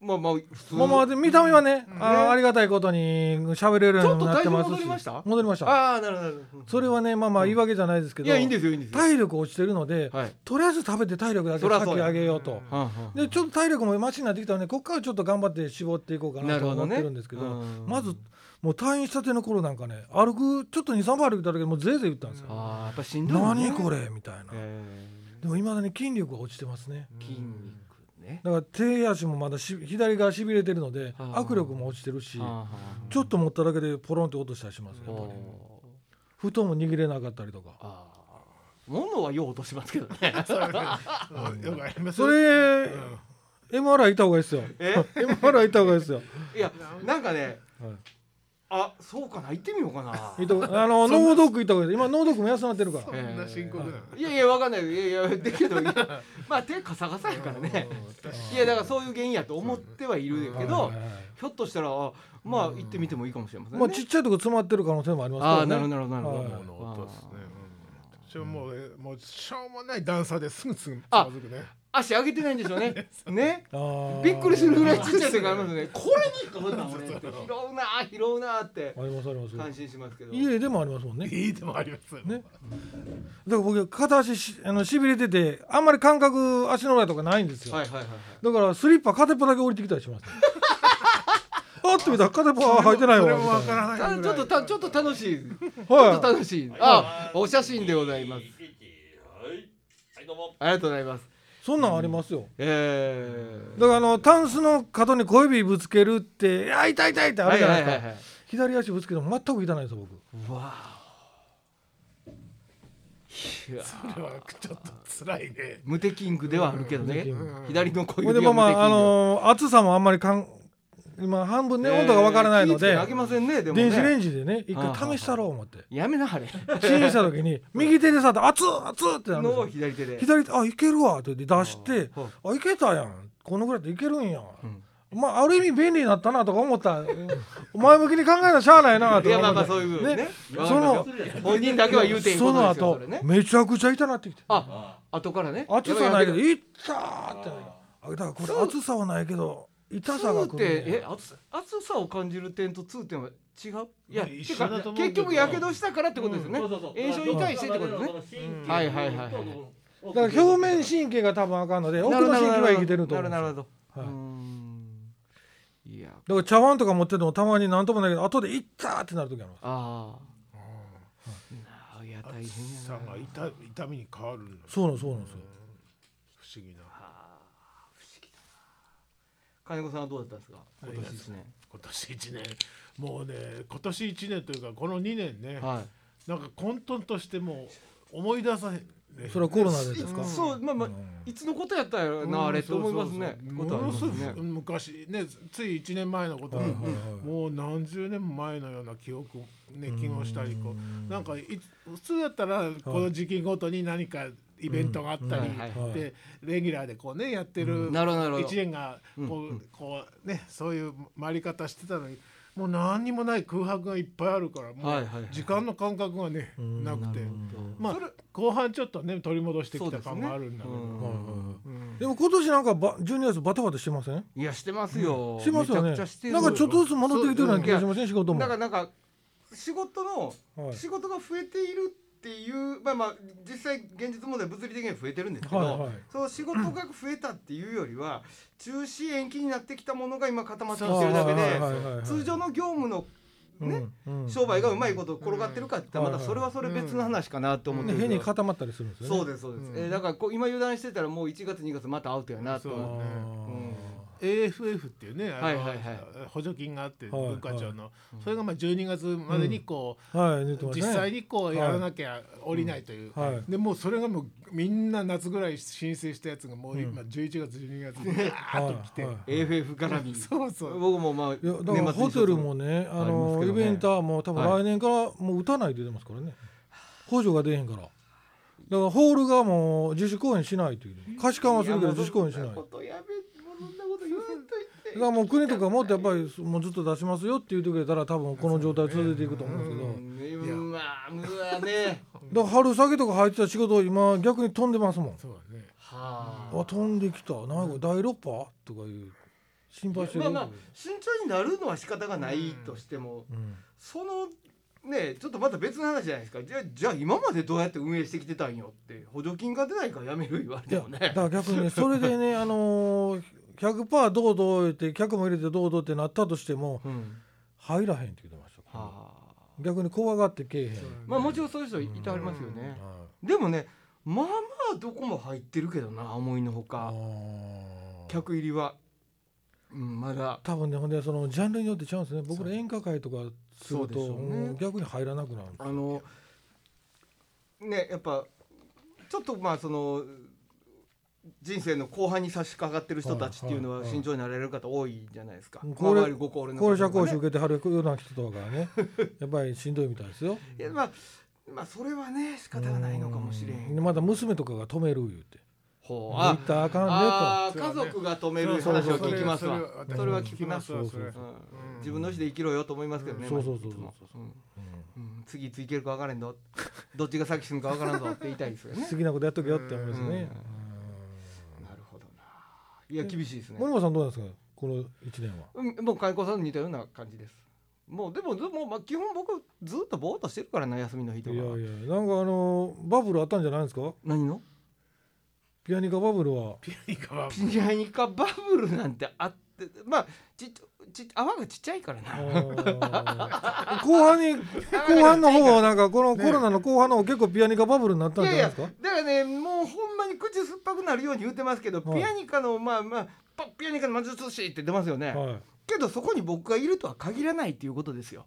Speaker 1: まあまあ普通
Speaker 2: まあまあで見た目はね、
Speaker 1: ん
Speaker 2: あーありがたいことに喋れるようになってますし
Speaker 1: ちょっと体重戻りました
Speaker 2: 戻りました
Speaker 1: ああなるほどなるほど
Speaker 2: それはねまあまあ言い訳じゃないですけ
Speaker 1: い
Speaker 2: ど、
Speaker 1: やいいんですよいいんですよ
Speaker 2: 体力落ちてるので、
Speaker 1: はい
Speaker 2: とりあえず食べて体力だけ
Speaker 1: そら
Speaker 2: 先
Speaker 1: そうや
Speaker 2: 上げようと、
Speaker 1: はんはん
Speaker 2: でちょっと体力もマシになってきたのでここからちょっと頑張って絞っていこうかな
Speaker 1: なる
Speaker 2: と
Speaker 1: ほ
Speaker 2: 思
Speaker 1: ど
Speaker 2: っ
Speaker 1: ね
Speaker 2: てるんですけど
Speaker 1: うん
Speaker 2: まずもう退院したての頃なんかね歩くちょっと23歩歩いただけでもうぜいぜい言ったんですよ。
Speaker 1: ああやっぱしんどいもんね
Speaker 2: 何これみたいな、
Speaker 1: え
Speaker 2: でもいまだに筋力が落ちてますね
Speaker 1: ー筋肉ね
Speaker 2: だから手足もまだし左がしびれてるので
Speaker 1: あー
Speaker 2: 握力も落ちてるし
Speaker 1: はんはんはん
Speaker 2: ちょっと持っただけでポロンって落としたりしますねやっぱり
Speaker 1: おー
Speaker 2: 布団も握れなかったりとか
Speaker 1: あー物はよう落としますけどね
Speaker 2: <laughs>
Speaker 3: うんよくあります
Speaker 2: それ、MRI 行った方がいいですよ
Speaker 1: え
Speaker 2: MRI 行った方がいいですよ
Speaker 1: いやなんかね
Speaker 2: はい
Speaker 1: あそうかな行ってみようかな
Speaker 2: 行った方あの脳ドック行った方がいい今脳ドックも安くなってるから
Speaker 3: そんな深刻なの、
Speaker 1: いやいやわかんないいやいやだけどいやまあ手カサカサやからねいやだからそういう原因やと思ってはいるけど
Speaker 2: はいはいはい
Speaker 1: ひょっとしたらあまあ行ってみてもいいかもしれませんね
Speaker 2: まあちっちゃいとこ詰まってる可能性もあります
Speaker 1: ああ
Speaker 2: か
Speaker 1: なる
Speaker 2: ら
Speaker 1: ほ
Speaker 2: ね
Speaker 1: どなるほどなる
Speaker 2: はい
Speaker 1: ほ
Speaker 3: 音
Speaker 1: ど
Speaker 3: ですね、うんしょうもうもうしょうもない段差ですぐつつま
Speaker 1: あ
Speaker 3: ずくね
Speaker 1: あー足上げてないんでしょう
Speaker 2: <laughs>
Speaker 1: ねね
Speaker 2: あー
Speaker 1: びっくりするぐらいちっちゃい時ありますねこれにこんなん俺って拾うなー拾うなーって
Speaker 2: ありますあります
Speaker 1: 感心しますけど
Speaker 2: 家でもありますもんねだか
Speaker 3: いいでもありますよ
Speaker 2: ねら僕片足しあのしびれててあんまり感覚足の裏とかないんですよ、
Speaker 1: はいはいはいはい
Speaker 2: だからスリッパ片っぽだけ降りてきたりします、
Speaker 1: <laughs>
Speaker 2: ね、あって見たら片っぽあ履いてない
Speaker 3: そ
Speaker 2: わ
Speaker 3: れもわ
Speaker 2: みた
Speaker 3: か
Speaker 2: い
Speaker 3: らない
Speaker 1: たちょっとたちょっと楽しいち
Speaker 2: な
Speaker 1: ょっと
Speaker 2: は
Speaker 1: 楽しいあお写真でございます
Speaker 4: はいはいどうも
Speaker 1: ありがとうございます
Speaker 2: いそんなんありますよ
Speaker 1: え
Speaker 2: だからあのタンスの角に小指ぶつけるって「あ痛い痛い」って
Speaker 1: ー
Speaker 2: あるじゃないですか、
Speaker 1: ははは
Speaker 2: 左足ぶつけても全く痛ないんですよ僕
Speaker 1: はわーいや
Speaker 3: それはちょっと辛いね
Speaker 1: 無敵キングではあるけどね
Speaker 3: うん
Speaker 1: 左の小
Speaker 2: これで
Speaker 1: 指
Speaker 2: ま
Speaker 1: は
Speaker 2: あまああ
Speaker 1: 無
Speaker 2: の暑さもあんまりかん今半分ね
Speaker 1: 敵キング
Speaker 2: 温度がわからないの
Speaker 1: えー気ぃつ
Speaker 2: で
Speaker 1: けてあげませんねでもね
Speaker 2: 電子レンジでね一
Speaker 1: はあはあは
Speaker 2: 回
Speaker 1: あ
Speaker 2: 試したろう思って
Speaker 1: やめなはれ
Speaker 2: 試飲した
Speaker 1: <laughs>
Speaker 2: 時に右手でさ熱っ熱っってなるん
Speaker 1: のを
Speaker 2: ですよ
Speaker 1: 左手で
Speaker 2: 左手あいけるわって言って出して
Speaker 1: は
Speaker 2: あいけたやんこのぐらいでいけるんや
Speaker 1: うん
Speaker 2: まあある意味便利になったなとか思った <laughs> ら前向きに考えなしゃあないなと
Speaker 1: いや
Speaker 2: か
Speaker 1: ま
Speaker 2: 思
Speaker 1: あま
Speaker 2: っ
Speaker 1: あ
Speaker 2: た
Speaker 1: そういう部分ねわか
Speaker 2: そ
Speaker 1: り
Speaker 2: の
Speaker 1: ますよ本人だけは言うていいこ
Speaker 2: そ
Speaker 1: と
Speaker 2: の
Speaker 1: ですよ
Speaker 2: 後
Speaker 1: それね
Speaker 2: めちゃくちゃ痛なってきて
Speaker 1: あ
Speaker 4: あ
Speaker 1: 後からね
Speaker 2: 熱さはないけど「
Speaker 1: やば
Speaker 2: いった!」って
Speaker 4: あ
Speaker 2: あだからこれ熱さはないけど痛さ
Speaker 1: ばい2
Speaker 2: が来
Speaker 1: っ
Speaker 2: る
Speaker 1: て
Speaker 2: ね
Speaker 1: え熱熱さを感じる点と2点は違ういや
Speaker 3: まあ一緒だと思うけ
Speaker 1: てか
Speaker 3: ど
Speaker 1: 結局やけどしたからってことですよね
Speaker 4: そうそうそう
Speaker 1: 炎症に対してってことね
Speaker 4: うん
Speaker 1: はいはいはいはい
Speaker 2: だから表面神経が多分あかんので奥の神経は生きてると思う
Speaker 1: なるなるほどう
Speaker 2: はい
Speaker 1: ーんいや
Speaker 2: だから茶碗とか持っててもたまになんともないけど後で「いった!」ってなる時ある
Speaker 1: ああいや大変や
Speaker 3: 暑さ
Speaker 1: な
Speaker 3: が痛痛みに変わるの
Speaker 2: そうなんそうなんですよ
Speaker 3: 不思議な
Speaker 1: あー不思議だな金子さんはどうだったんですか今年ですね
Speaker 3: 今年一年もうね今年一年というかこの二年ね、
Speaker 1: はい
Speaker 3: なんか混沌としてもう思い出さへん、ね、
Speaker 2: それはコロナでですか
Speaker 1: そうまあまあいつのことやったやろなあれって思いますね
Speaker 3: うん
Speaker 1: こ
Speaker 3: そ
Speaker 1: と
Speaker 3: うそうそう
Speaker 1: あ
Speaker 3: も
Speaker 1: り
Speaker 3: の
Speaker 1: ますす
Speaker 3: ごく
Speaker 1: ね
Speaker 3: 昔ねつい1年前のことなので、
Speaker 2: はいはいはい
Speaker 3: もう何十年も前のような記憶ね気をしたりこうなんかい普通だったらこの時期ごとに何かイベントがあったり
Speaker 1: うんはいはい
Speaker 2: はい
Speaker 3: でレギュラーでこうねやってる
Speaker 1: なるほどなるほど
Speaker 3: 一年がこうこうねそういう回り方してたのにもう何にもない空白がいっぱいあるからも
Speaker 1: はいうはいはい
Speaker 3: 時間の感覚がね
Speaker 2: ん
Speaker 3: なくてまあ
Speaker 1: それ
Speaker 3: 後半ちょっとね取り戻して
Speaker 1: そ
Speaker 3: き
Speaker 1: うで
Speaker 3: た
Speaker 1: すね
Speaker 3: 感があるんだけ
Speaker 1: う
Speaker 3: ど。
Speaker 1: ん
Speaker 3: うん
Speaker 2: でも今年なんかば12月バタバタしてません
Speaker 1: いやしてますよ
Speaker 2: してますよね
Speaker 1: めちゃくちゃしてる
Speaker 2: なんかちょっとずつ戻ってきてるような気がしません仕事も
Speaker 1: だからなんか仕事の
Speaker 2: はい
Speaker 1: 仕事が増えているっていうまあまあ実際現実問題物理的には増えてるんですけど、
Speaker 2: はいはい
Speaker 1: その仕事が増えたっていうよりは中止延期になってきたものが今固まってきてるだけ
Speaker 2: はいはい
Speaker 1: で
Speaker 2: はいはい
Speaker 1: 通常の業務のね、
Speaker 2: うんうん
Speaker 1: 商売がうまいこと転がってるかって言ったらまたそれはそれ別の話かなと思って
Speaker 2: ね
Speaker 1: るん
Speaker 2: 変
Speaker 1: で
Speaker 2: に
Speaker 1: すよ
Speaker 2: 固まったりするんですよね
Speaker 1: そうですそうです、えーだからこう今油断してたらもう1月2月またアウトやなと
Speaker 3: そう
Speaker 1: 思っ
Speaker 3: ね
Speaker 2: あ
Speaker 1: て。
Speaker 3: AFF っていうね、あの
Speaker 1: はいはいはい
Speaker 3: 補助金があって、
Speaker 2: はいはい
Speaker 3: 文化庁の、それがまあ12月までにこ
Speaker 2: ーはい寝て
Speaker 3: う、
Speaker 2: ます
Speaker 3: 実
Speaker 2: ね
Speaker 3: 際にこうやらなきゃ降りないという、
Speaker 2: はい
Speaker 3: でもうそれがもうみんな夏ぐらい申請したやつがもう今11月12月
Speaker 1: <laughs>
Speaker 3: にガーッと来て、
Speaker 2: はいはい
Speaker 1: AFF 絡
Speaker 2: <laughs>
Speaker 1: み
Speaker 3: そうそう
Speaker 1: 僕もまあ
Speaker 2: いやだから
Speaker 1: 年末に
Speaker 2: ホテルもねあ
Speaker 1: あります
Speaker 2: の
Speaker 1: け
Speaker 2: イ
Speaker 1: どね
Speaker 2: ベントはもう多分
Speaker 1: はい
Speaker 2: 来年からもう打たないで出ますからね補助が出へんからだからホールがもう自主公演しないという貸し館はするけど自主公演しない
Speaker 1: やもうそんなことやめもうそんなこと言わんといて
Speaker 2: だからもう国とかもっとやっぱりもうずっと出しますよって言ってくれたら多分この状態続いていくと思うんです
Speaker 1: うんまあうわね
Speaker 2: けどだから春先とか入ってた仕事今逆に飛んでますもん
Speaker 3: そうだね
Speaker 2: <laughs>
Speaker 1: はあ
Speaker 2: あ飛んできたなんか第6波とかいう心配してる
Speaker 1: まあまあ慎重になるのは仕方がないとしても
Speaker 2: うん
Speaker 1: そのねちょっとまた別の話じゃないですかじゃあじゃあ今までどうやって運営してきてたんよって補助金が出ないからやめる言われ
Speaker 2: い
Speaker 1: て
Speaker 2: や
Speaker 1: も
Speaker 2: だ
Speaker 1: ね
Speaker 2: から逆にねそれ
Speaker 1: <laughs>
Speaker 2: でねあのー100%どうどうって客も入れてどうどうってなったとしても
Speaker 1: うん
Speaker 2: 入らへんって言ってました、
Speaker 1: はあ
Speaker 2: 逆に怖がってけえへん、
Speaker 1: まあもちろんそういう人いてはりますよね
Speaker 2: はい
Speaker 1: でもねまあまあどこも入ってるけどな思いのほ
Speaker 2: あ
Speaker 1: か
Speaker 2: ー
Speaker 1: 客入りは、うん、まだ
Speaker 2: 多分ねほんでそのジャンルによって違うんですね僕ら演歌会とかす
Speaker 1: そ
Speaker 2: る
Speaker 1: うで
Speaker 2: と
Speaker 1: しょうね
Speaker 2: もう逆に入らなくなる
Speaker 1: あのねやっぱちょっとまあその人生の後半に差し掛かってる人たちっていうの
Speaker 2: は
Speaker 1: はい
Speaker 2: はい
Speaker 1: 慎重になられる方多いじゃないですか。
Speaker 2: うん
Speaker 1: まあ周りご高齢の方
Speaker 2: 高齢者講習
Speaker 1: とか
Speaker 2: 受けてはるような人とか
Speaker 1: <laughs>
Speaker 2: がねやっぱりしんどいみたいですよ
Speaker 1: ねいやまあまあそれはね仕方がないのかもしれん。
Speaker 2: うんまだ娘とかが止める言うて
Speaker 1: ほう
Speaker 2: 行
Speaker 1: あ
Speaker 2: ったらあかん
Speaker 1: あー
Speaker 3: そうだ
Speaker 1: 家
Speaker 3: ね
Speaker 1: 族が止める話を聞きますわ。
Speaker 3: れ
Speaker 1: それは
Speaker 3: 私
Speaker 1: 聞
Speaker 3: も
Speaker 1: きます
Speaker 3: わ
Speaker 2: そうそう
Speaker 3: それ
Speaker 1: うん自分の意思で生きろよと思いますけどね。
Speaker 2: うんそうそうそう
Speaker 1: いつも
Speaker 2: そう
Speaker 1: うん
Speaker 2: でと、
Speaker 1: うん次いつ行けるか分からんぞどっちが先死ぬか分からんぞって言いたいですよ
Speaker 2: うん
Speaker 1: ね
Speaker 2: 好きなことやっとけよって思いますね、
Speaker 1: なるほどないや厳しいですね
Speaker 2: 森本さんどうなんですかこの一年は
Speaker 1: うんもう金子さんと似たような感じですもうでもでもまあ基本僕ずっとぼーっとしてるからな休みの日と
Speaker 2: い
Speaker 1: か
Speaker 2: やいやなんかあのバブルあったんじゃないですか
Speaker 1: 何の
Speaker 2: ピアニカバブルは
Speaker 3: ピアニカは
Speaker 1: ピアニカバブルなんてあってまあちっち泡がちっちゃいから
Speaker 2: あ
Speaker 1: な
Speaker 2: ー後
Speaker 1: <laughs>
Speaker 2: 半に後半の方はなんかこのコロナの後半の方結構ピアニカバブルになったん
Speaker 1: い
Speaker 2: じゃ
Speaker 1: や
Speaker 2: ないいで
Speaker 1: やだ
Speaker 2: すか
Speaker 1: からねもうほんまに口酸っぱくなるように言ってますけど、
Speaker 2: はい
Speaker 1: ピアニカのまあまあパピアニカの魔術師って出ますよね、
Speaker 2: はい
Speaker 1: けどそこに僕がいるとは限らないっていうことですよ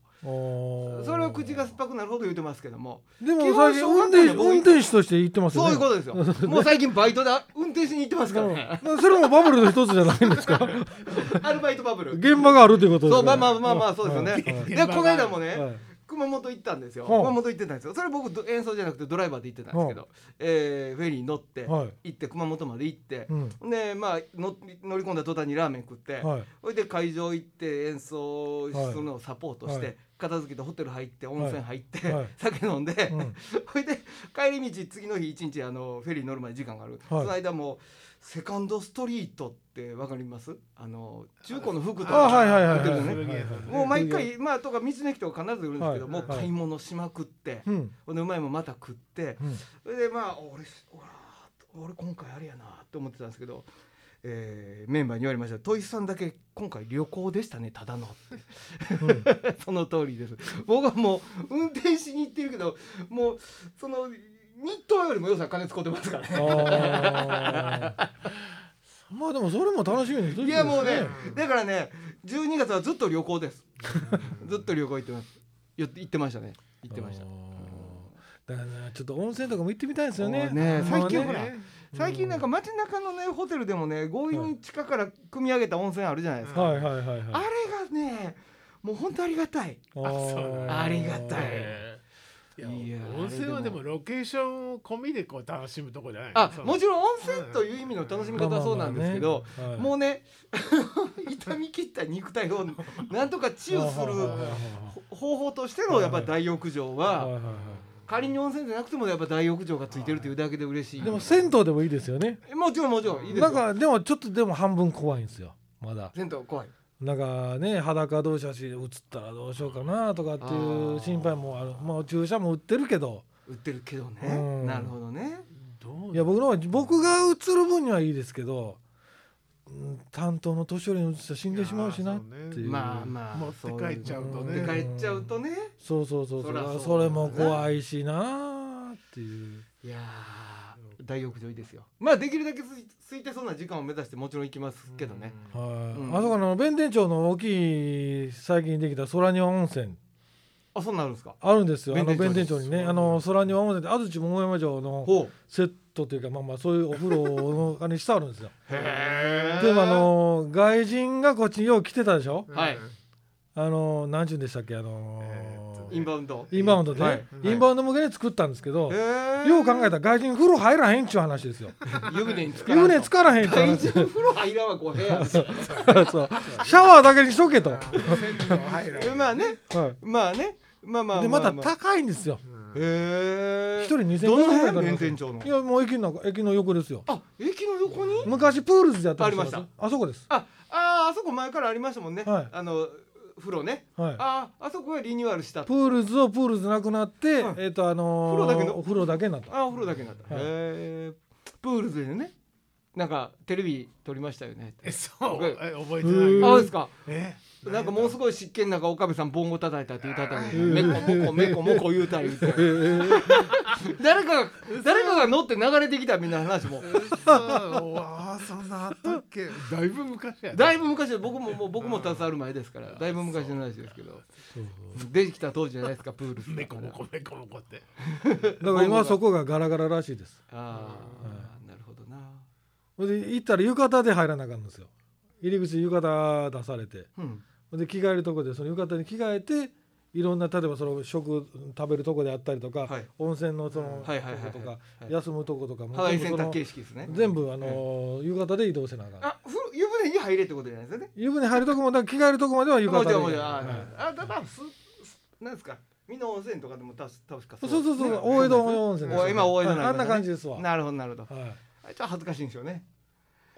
Speaker 2: そ
Speaker 1: それを口が酸っぱくなるほど言ってますけども
Speaker 2: でも
Speaker 1: 基本
Speaker 2: 最
Speaker 1: 小学校
Speaker 2: 近運
Speaker 1: で
Speaker 2: 転
Speaker 1: も
Speaker 2: 運転手として行ってます
Speaker 1: そ
Speaker 2: よ
Speaker 1: う
Speaker 2: ね
Speaker 1: いうことですよ
Speaker 2: <laughs>
Speaker 1: もう最近バイトで運転しに行ってますからね
Speaker 2: うんそれもバブルの一つじゃないんですか
Speaker 1: アルバイトバブル
Speaker 2: 現場があるということです
Speaker 1: そう
Speaker 2: ね
Speaker 1: まあまあまあまあそうですよね
Speaker 2: はい
Speaker 1: でこの間もね
Speaker 2: はい
Speaker 1: 熊本行ったんですよ
Speaker 2: ほう
Speaker 1: 熊本行ってたんですよそれ僕ど演奏じゃなくてドライバーで行ってたんですけど、えーフェリーに乗って、
Speaker 2: はい
Speaker 1: 行って熊本まで行って
Speaker 2: う、ん
Speaker 1: でまあの乗り込んだ途端にラーメン食って、
Speaker 2: はい
Speaker 1: それで会場行って演奏するのをサポートして、
Speaker 2: はい
Speaker 1: 片付けてホテル入って温泉入って、
Speaker 2: はい
Speaker 1: 酒飲んで、
Speaker 2: うん
Speaker 1: それで帰り道次の日一日あのフェリー乗るまで時間がある、その間もセカンドストリートってわかりますあの中古の服と
Speaker 2: あ
Speaker 1: か
Speaker 2: はいはいはい
Speaker 1: 売っ
Speaker 2: はい
Speaker 1: て
Speaker 2: は
Speaker 1: るよ
Speaker 2: い
Speaker 1: ね
Speaker 2: はい
Speaker 1: もう毎回まあとか道の駅とか必ず売るんですけど、
Speaker 2: はい
Speaker 1: もう
Speaker 2: はい
Speaker 1: 買い物しまくって、
Speaker 2: うん
Speaker 1: ほんでうまいもんまた食って
Speaker 2: うん
Speaker 1: それでまあ俺ほら俺今回あれやなと思ってたんですけど、えーメンバーに言われました「戸井さんだけ今回旅行でしたねただの」
Speaker 2: うん
Speaker 1: <laughs> その通りです。僕はもう運転しに行ってるけど、もうその日東よりも予算金使ってますからね。
Speaker 2: <laughs> あーまあでもそれも楽しみにしてるん
Speaker 1: い
Speaker 2: です
Speaker 1: やもうね、だからね、12月はずっと旅行です。ずっと旅行行ってます。よ行ってましたね。行ってました
Speaker 2: あ。ーだからねちょっと温泉とかも行ってみたいですよね
Speaker 1: もうね
Speaker 2: まあ
Speaker 1: 最近ほら
Speaker 2: ね
Speaker 1: 最近なんか街中のねホテルでもね強引に地下から組み上げた温泉あるじゃないですか。
Speaker 2: はいはいはいはい
Speaker 1: あれがね、もう本当ありがたい。
Speaker 2: あー
Speaker 3: そう
Speaker 1: ありがたい
Speaker 3: ええいや
Speaker 1: いや
Speaker 3: 温泉はでも
Speaker 1: あ
Speaker 3: ロケーションを込みでこう楽しむとこじゃない
Speaker 1: あ、も
Speaker 3: ろん
Speaker 1: ちろん温泉という意味の楽しみ方はそうなんですけど。
Speaker 2: まあまあねはい
Speaker 1: もうね <laughs> 痛み切った肉体
Speaker 2: <laughs>
Speaker 1: をなんとか治癒す
Speaker 2: はいはいはい
Speaker 1: る
Speaker 2: はい
Speaker 1: 方法としてのやっぱ大浴場
Speaker 2: はい
Speaker 1: は
Speaker 2: はいは
Speaker 1: 仮に温泉じゃなくてもやっぱ大浴場がついてるというだけで嬉しい
Speaker 2: いでも銭湯でもいいですよね
Speaker 1: もちろんもちろんいいです
Speaker 2: な
Speaker 1: よ
Speaker 2: んかでもちょっとでも半分怖いんですよまだ
Speaker 1: 銭湯怖い
Speaker 2: なんかね裸同士だし映ったらどうしようかなとかっていう心配もあるまあ注射も打ってるけど
Speaker 1: 売ってるけどね
Speaker 2: うん
Speaker 1: なるほどね
Speaker 3: どう
Speaker 2: いや僕のは僕が映る分にはいいですけどうん担当の年寄りに映したら死んでしまうしなっていう
Speaker 1: ま
Speaker 3: やーそうね
Speaker 1: あまあ
Speaker 3: 持って帰っちゃう
Speaker 1: そ
Speaker 3: と
Speaker 1: う
Speaker 3: ね
Speaker 1: いう持って帰っちゃうとね
Speaker 2: そうそうそうそ
Speaker 1: そらそうだ
Speaker 2: う
Speaker 1: な
Speaker 2: それも怖いしなっていう
Speaker 1: いやー大浴場いいですよまあできるだけすい空いてそうな時間を目指してもちろん行きますけどね
Speaker 2: はい、
Speaker 1: うん
Speaker 2: あそこの弁天町の大きい最近できた空庭温泉
Speaker 1: あそんなんあるんですか
Speaker 2: あるんですよあの弁
Speaker 1: 弁天
Speaker 2: 天町
Speaker 1: 町
Speaker 2: にねあの空庭温泉って安土桃山城の
Speaker 1: ほ
Speaker 2: セットというかまあまあそういうお風呂のあれ下あるんですよ。
Speaker 1: うへ
Speaker 2: でもあの外人がこっちによう来てたでしょ
Speaker 3: う。ん
Speaker 1: はい
Speaker 2: あの何ちゅうんでしたっけあの
Speaker 3: えーっと
Speaker 1: インバウンド
Speaker 2: インバウンドで、
Speaker 1: はい
Speaker 2: インバウンド向けに作ったんですけど、
Speaker 1: え
Speaker 2: よう考えたら外人風呂入らへんっちゅう
Speaker 1: <laughs>
Speaker 2: 話ですよ。
Speaker 1: 湯船に浸からん
Speaker 2: 湯
Speaker 1: と
Speaker 2: 船つからへんっちゅ
Speaker 1: 外
Speaker 2: う話
Speaker 1: 人風呂入らんわこう部屋
Speaker 2: そうシャワーだけにしとけと。は
Speaker 3: 銭湯入らない
Speaker 1: まあね
Speaker 2: い
Speaker 1: まあねまあまあ
Speaker 2: でまた
Speaker 1: ああ
Speaker 2: 高いんですよ。
Speaker 1: へえ
Speaker 2: 一人2000円
Speaker 1: どの
Speaker 2: ぐらいか
Speaker 1: 辺
Speaker 2: かり
Speaker 1: 弁
Speaker 2: ます
Speaker 1: 天町の
Speaker 2: いやもう駅の中駅の横ですよ。
Speaker 1: あ駅の横に
Speaker 2: 昔プールズでやったんですよ
Speaker 1: ありまし
Speaker 2: あそこです。
Speaker 1: ああーあそこ前からありましたもんね
Speaker 2: はい
Speaker 1: あの風呂ね
Speaker 2: は
Speaker 1: あ
Speaker 2: い。
Speaker 1: ああそこがリニューアルしたあ
Speaker 2: プールズをプールズなくなって、
Speaker 1: はい
Speaker 2: えっ、とあのー、
Speaker 1: 風呂だけの
Speaker 2: お風呂だけになった。
Speaker 1: あお風呂だけになった
Speaker 2: はい
Speaker 1: へえプールズでねなんかテレビ撮りましたよね
Speaker 3: えそう
Speaker 1: 僕
Speaker 3: え覚え
Speaker 2: う
Speaker 3: て
Speaker 2: ん
Speaker 3: ない
Speaker 1: あですか
Speaker 3: え
Speaker 1: なんかもうすごい湿気の中岡部さん盆を叩いたって言うたたりめこもこめこもこ言うたり言うて誰かが誰かが乗って流れてきたみんな話も
Speaker 3: そうわあそんなあったっけだいぶ昔や
Speaker 1: だ
Speaker 3: い
Speaker 1: いぶ昔で僕ももう僕も携わる前ですからだいぶ昔の話ですけど
Speaker 2: そう
Speaker 1: 出てきた当時じゃないですかプールス
Speaker 3: ぶ
Speaker 1: だ
Speaker 3: め
Speaker 1: か
Speaker 3: こ
Speaker 1: ら
Speaker 3: もこめこもこって
Speaker 2: だから今そこがガラガラらしいです。
Speaker 1: ああなるほどな
Speaker 2: ほんで行ったら浴衣で入らなあかんんですよ。入り口浴衣出されて、
Speaker 1: うん
Speaker 2: ほんで着替えるとこでその浴衣に着替えて。いろんな例えばその食食べるとこであったりとか、
Speaker 1: はい
Speaker 2: 温泉のそのと
Speaker 1: はいはいはいはい
Speaker 2: ことか
Speaker 1: はい
Speaker 2: 休むとことかも
Speaker 1: ハワイ
Speaker 2: 全部
Speaker 1: セ
Speaker 2: そ
Speaker 1: ンタ
Speaker 2: の
Speaker 1: ー形式ですね
Speaker 2: 全部あのー浴衣で移動せなあかん
Speaker 1: あふ湯船に入れってことじゃないですよね
Speaker 2: 湯船入るとこもだから着替えるとこまでは浴
Speaker 1: も
Speaker 2: 衣
Speaker 1: ちろんも
Speaker 2: で
Speaker 1: ちろんあー
Speaker 2: は
Speaker 1: ないるほどあただすすなんですか美濃温泉とかでもたし確か
Speaker 2: そうそうそう、
Speaker 1: ね
Speaker 2: 大江戸温泉です
Speaker 1: お今大江戸
Speaker 2: はいあんな感じですわ、
Speaker 1: なるほどなるほど
Speaker 2: はい、
Speaker 1: あちょっと恥ずかしいんですよね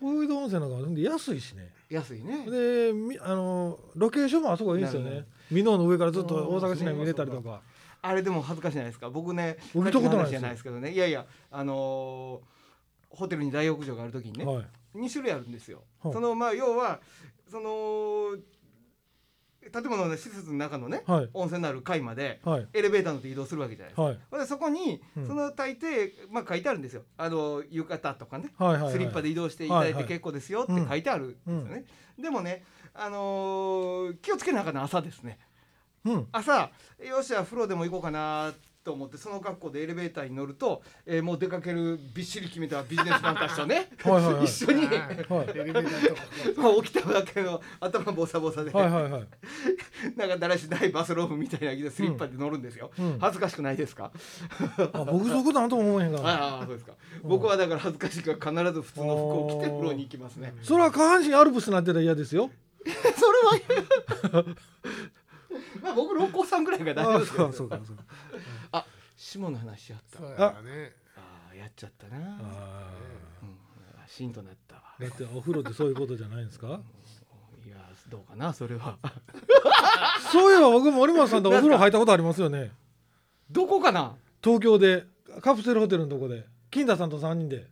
Speaker 2: 大江戸温泉なんかほんで安いしね
Speaker 1: 安いね
Speaker 2: でみあのロケーションもあそこいいですよ
Speaker 1: なる
Speaker 2: ね
Speaker 1: ほ
Speaker 2: 箕面の上からずっと大阪市内見れたりとか
Speaker 1: あれでも恥ずかしいないですか僕ね
Speaker 2: 僕行ったことない
Speaker 1: さっきの話
Speaker 2: ですよ
Speaker 1: じゃないですけどねいやいやあのーホテルに大浴場がある時にね、
Speaker 2: はい
Speaker 1: 2種類あるんですよ。
Speaker 2: はい
Speaker 1: そのまあ要はその建物の施設の中のね、
Speaker 2: はい
Speaker 1: 温泉のある階まで
Speaker 2: はい
Speaker 1: エレベーター乗って移動するわけじゃないですか。
Speaker 2: はい
Speaker 1: ほんでそこに、
Speaker 2: うん
Speaker 1: その大抵、まあ、書いてあるんですよあの浴衣とかね、
Speaker 2: はいはいはい
Speaker 1: スリッパで移動していただい
Speaker 2: はい
Speaker 1: て
Speaker 2: はい
Speaker 1: 結構ですよって書いてあるんですよね、でもね、あのー気をつけなあかんのは朝ですね
Speaker 2: うん
Speaker 1: 朝よっしゃ風呂でも行こうかなっと思ってその格好でエレベーターに乗ると、えーもう出かけるびっしり決めたビジネスマンたちとね
Speaker 2: <laughs> はいはいはい
Speaker 1: <laughs> 一緒に、
Speaker 2: はい
Speaker 3: エレベーターとか
Speaker 1: まあ、起きたばっかりの頭ボサボサで、
Speaker 2: はいはいはい
Speaker 1: なんかだらしないバスローブみたいな着でスリッパで乗るんですよ、
Speaker 2: うん
Speaker 1: 恥ずかしくないですか、
Speaker 2: あ僕そこなんとも思えへんから
Speaker 1: ああそうですか僕はだから恥ずかしいから必ず普通の服を着て風呂に行きますね
Speaker 2: それは下半身アルプスになってたら嫌ですよ
Speaker 1: それは嫌まあ僕六甲さんぐらいが大丈夫
Speaker 2: あ
Speaker 1: ですけ
Speaker 2: そ
Speaker 1: ど
Speaker 2: うかそうかそうか
Speaker 1: あ下の話しやった
Speaker 3: そうやね
Speaker 1: ああやっちゃったな
Speaker 2: あ
Speaker 1: うん、シーンとなったわ
Speaker 2: ーだってお風呂ってそういうことじゃないんですか
Speaker 1: いやどうかなそれは
Speaker 2: そういえば僕も森本さんとお風呂入ったことありますよね
Speaker 1: どこかな
Speaker 2: 東京でカプセルホテルのとこで金田さんと3人で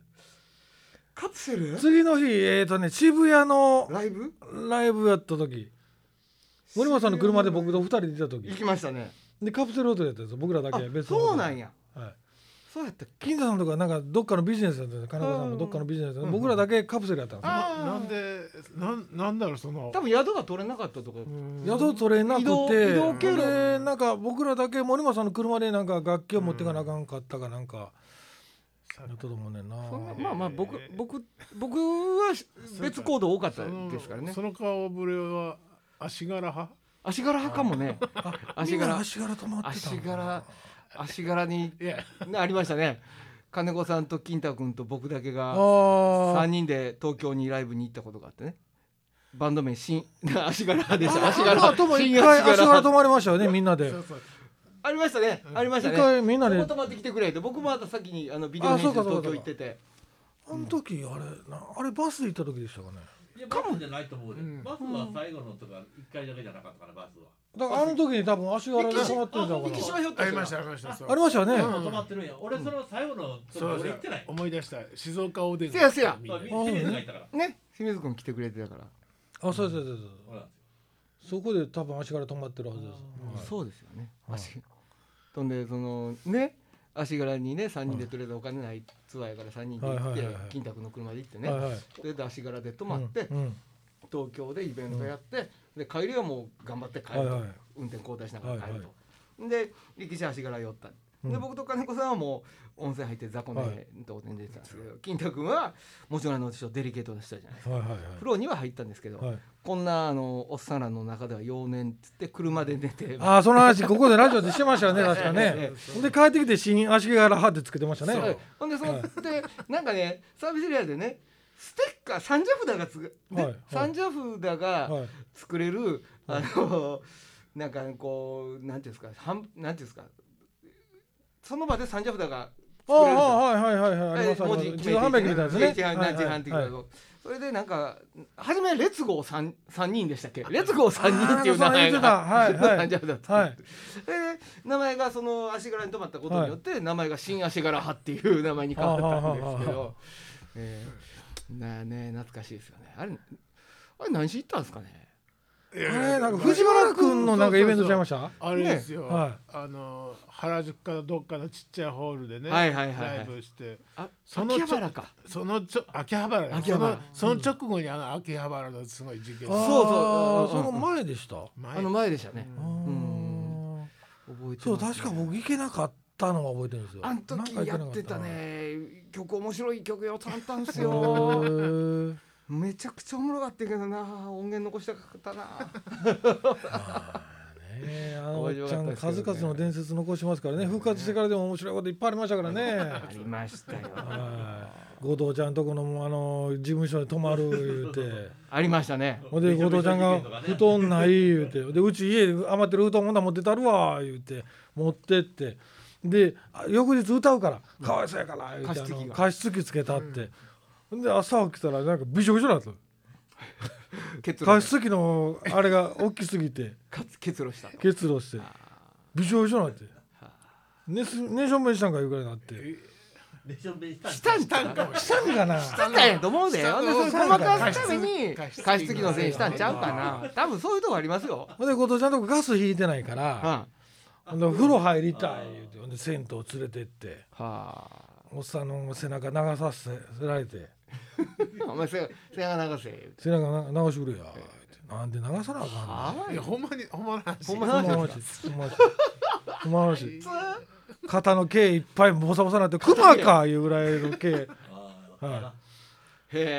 Speaker 1: カプセル
Speaker 2: 次の日えっ、とね渋谷の
Speaker 1: ライブ
Speaker 2: ライブやった時森本さんの車で僕と2人で行った
Speaker 1: 行
Speaker 2: 時
Speaker 1: きましたね
Speaker 2: でカプセルホテルやったんですよ僕らだ
Speaker 1: あ
Speaker 2: け別の
Speaker 1: そうなんや
Speaker 2: はい、
Speaker 1: そうやったっけ
Speaker 2: 金田さんとかなんかどっかのビジネスだったんですよ金子さんもどっかのビジネスだったんです僕らだけカプセルやったんですよ
Speaker 1: あー
Speaker 3: なんでなんなんだろうその
Speaker 1: 多分宿が取れなかったとか
Speaker 3: うん
Speaker 2: 宿取れなく
Speaker 1: 移動
Speaker 2: て
Speaker 1: 移動経路
Speaker 2: でなんか僕らだけ森間さんの車でなんか楽器を持ってかなあかんかったかなんかやったと思うねんな
Speaker 1: そんなまあまあ僕僕僕は別行動多かったですからね
Speaker 3: そのその顔ぶれは足柄派
Speaker 1: 足柄派かもね足柄
Speaker 2: 足柄止まってた
Speaker 1: 足
Speaker 2: のかな
Speaker 1: 柄足柄に
Speaker 3: いや
Speaker 1: ありましたね金子さんと金太君と僕だけ
Speaker 2: あ
Speaker 1: が3
Speaker 2: ー
Speaker 1: 人で東京にライブに行ったことがあってねバンド名新 <laughs> 足柄でした足柄
Speaker 2: あとも一
Speaker 1: 新
Speaker 2: 回足柄止
Speaker 1: と
Speaker 2: まりましたよねみんなで
Speaker 3: そうそう
Speaker 1: ありましたねありました
Speaker 2: 一
Speaker 1: ね
Speaker 2: 回みんな
Speaker 1: そこ
Speaker 2: で
Speaker 1: 泊まってきてくれて僕もまた先にあのビデオ
Speaker 2: あ
Speaker 1: 編集
Speaker 2: そうか
Speaker 1: 東
Speaker 2: そうか
Speaker 1: 京行ってて
Speaker 2: あの時あれなあれバスで行った時でしたかね
Speaker 4: いやバスじゃないと思うで、
Speaker 3: うん
Speaker 4: バスは最後のとか一回だけじゃなかったからバスは、
Speaker 2: だからあの時に多分足柄で
Speaker 1: 行きし
Speaker 2: 止まってるんじゃ
Speaker 4: そ
Speaker 2: な
Speaker 1: 行
Speaker 4: う
Speaker 2: い
Speaker 1: きしま
Speaker 2: かな
Speaker 1: しょうって
Speaker 3: ありましたありましたそう
Speaker 2: ありましたよね
Speaker 4: もう止まってるんや俺その最後のと
Speaker 3: そ
Speaker 4: こ
Speaker 3: う
Speaker 4: 俺
Speaker 3: そ
Speaker 4: 行っ
Speaker 3: う
Speaker 4: てない
Speaker 3: 思い出した静岡おでん
Speaker 1: せやせや
Speaker 3: みん
Speaker 4: ま
Speaker 3: な
Speaker 4: あ
Speaker 3: で
Speaker 4: みんなテレビで書いたから
Speaker 1: ね清水君来てくれてたから
Speaker 2: あそうそうそうそう
Speaker 4: そうなんですよ
Speaker 2: そこで多分足柄止まってるはずです
Speaker 1: そうですよね。
Speaker 2: はい
Speaker 1: 足とんでそのね足柄にね3人でとりあえずお金ないツアーやから3人で行っ
Speaker 2: はい
Speaker 1: て
Speaker 2: はいはいはい
Speaker 1: 金卓の車で行って
Speaker 2: はい
Speaker 1: ね、
Speaker 2: はいはい
Speaker 1: それで足柄で泊まって、
Speaker 2: うん
Speaker 1: 東京でイベントやって、で帰りはもう頑張って帰ると、
Speaker 2: はいはい
Speaker 1: 運転交代しながら帰ると。
Speaker 2: は
Speaker 1: で力士足柄寄った。
Speaker 2: うん
Speaker 1: で僕と金子さんはもう温泉入って雑魚
Speaker 2: は
Speaker 1: 寝
Speaker 2: い
Speaker 1: とお天でしたんですけど、金太君はもちろんあのちょっとデリケートな人じゃないですか
Speaker 2: はいはい
Speaker 1: 風呂には入ったんですけど、
Speaker 2: はいはい
Speaker 1: こんなあのおっさんらの中では幼年っつって車で寝て
Speaker 2: ああその話ここでラジオでしてました
Speaker 1: <laughs>
Speaker 2: よね確かね
Speaker 1: え
Speaker 2: で帰ってきて新足柄ハってつけてましたね
Speaker 1: そうほんでその、
Speaker 2: はい
Speaker 1: でなんかねサービスエリアでねステッカー三社札がつく、で
Speaker 2: はいはい
Speaker 1: 三社札が
Speaker 2: はい
Speaker 1: 作れる、あのなんかこうなんていうんですか半なんていうんですかその場で三社札が
Speaker 2: ああ
Speaker 1: 作れるんですよ。
Speaker 2: はいはいはいはいあり
Speaker 1: え
Speaker 2: ますあ
Speaker 1: 文字
Speaker 2: ります
Speaker 1: 決
Speaker 2: 自動販
Speaker 1: め
Speaker 2: 売
Speaker 1: て
Speaker 2: 機
Speaker 1: いく
Speaker 2: みたいですね
Speaker 1: 自販
Speaker 2: はいはい
Speaker 1: 自販的な
Speaker 2: はい
Speaker 1: それでなんか初め列号三三人でしたっけ列号三人っていう
Speaker 2: あー
Speaker 1: 名前が
Speaker 2: なんかそんなん言
Speaker 1: 三社
Speaker 2: ってたはいはい
Speaker 1: 札作って
Speaker 2: はい
Speaker 1: それで名前がその足柄に止まったことによって、名前が新足柄派っていう名前に変わったんですけ
Speaker 2: はあはあはあ
Speaker 1: ど、えー、なあね懐かしいですよねあれあれ何し行ったんですかね
Speaker 3: いや
Speaker 2: あれなんか藤原君のなんかイベントちゃいました
Speaker 3: あれですよ、
Speaker 2: ねはい
Speaker 3: あの原宿かどっかのちっちゃいホールでね、
Speaker 1: はいはいはいはい
Speaker 3: ライブして
Speaker 1: あ
Speaker 3: そのちょ
Speaker 1: 秋葉原か
Speaker 3: そのちょ秋葉原
Speaker 1: 秋葉原
Speaker 3: そのその直後にあの秋葉原のすごい事件
Speaker 1: あ
Speaker 2: あ
Speaker 1: そ
Speaker 2: ー
Speaker 1: うそううんうんうん
Speaker 2: その前でした
Speaker 1: あ
Speaker 3: 前
Speaker 1: の前でしたね
Speaker 2: あー
Speaker 1: ん覚えてます、ね、
Speaker 2: そう確か僕行けなかったのは覚えてるんですよ
Speaker 1: あん
Speaker 2: なんか行
Speaker 1: 時
Speaker 2: け
Speaker 1: や
Speaker 2: なか
Speaker 1: ってたね曲面白い曲よたんたんす
Speaker 2: へ
Speaker 1: よ
Speaker 2: ー
Speaker 1: めちゃくちゃおもろかったけどな音源残したかったな
Speaker 2: <laughs> ねあのおっちゃん数々の伝説残しますからね復活してからでも面白いこといっぱいありましたからね
Speaker 1: ありましたよ
Speaker 2: はい後藤ちゃんとこのあの事務所に泊まる言
Speaker 1: <laughs>
Speaker 2: うて
Speaker 1: ありましたね
Speaker 2: ほんで後藤ちゃんが「布団ない」言うてでうち家余ってる布団ほんなら持ってたるわ言うて持ってってであ翌日歌うから「かわいそうやから」言うて
Speaker 1: 加湿器が
Speaker 2: あの加湿器つけたってほんで朝起きたらなんかびしょびしょだった
Speaker 1: 結露
Speaker 2: 加湿器のあれが大きすぎて
Speaker 1: 結露したの
Speaker 2: 結露してびしょびしょになって寝す寝しょんべんしたんかいうぐらいになって
Speaker 4: でしょんべんしたんです
Speaker 1: したんかな
Speaker 2: したんかな
Speaker 1: したんかやと思うで。ほんで、それごまかすために
Speaker 3: 加湿器、
Speaker 1: 加湿器のせいにしたんちゃうかな。多分そういうとこありますよ。
Speaker 2: ほんで後藤ちゃんとこガス引いてないから、
Speaker 1: うんは
Speaker 2: ほんで風呂入りたい言うてほんで銭湯連れてって
Speaker 1: あ。
Speaker 2: おっさんの背中流させられて
Speaker 1: お前、せ、せやが流せ。
Speaker 2: 「背中な流してくれや」言うてなんで流さなあかん
Speaker 1: はあ
Speaker 3: いやほんまにほんまの話
Speaker 1: ほんま
Speaker 2: の
Speaker 1: の話
Speaker 2: ほんま
Speaker 1: で
Speaker 2: の
Speaker 1: すか
Speaker 2: 話ほんまの話ほんまの話
Speaker 1: 普通
Speaker 2: 肩の毛いっぱいボサボサなってクマかいうぐらいの毛
Speaker 4: ああ
Speaker 2: は
Speaker 1: へ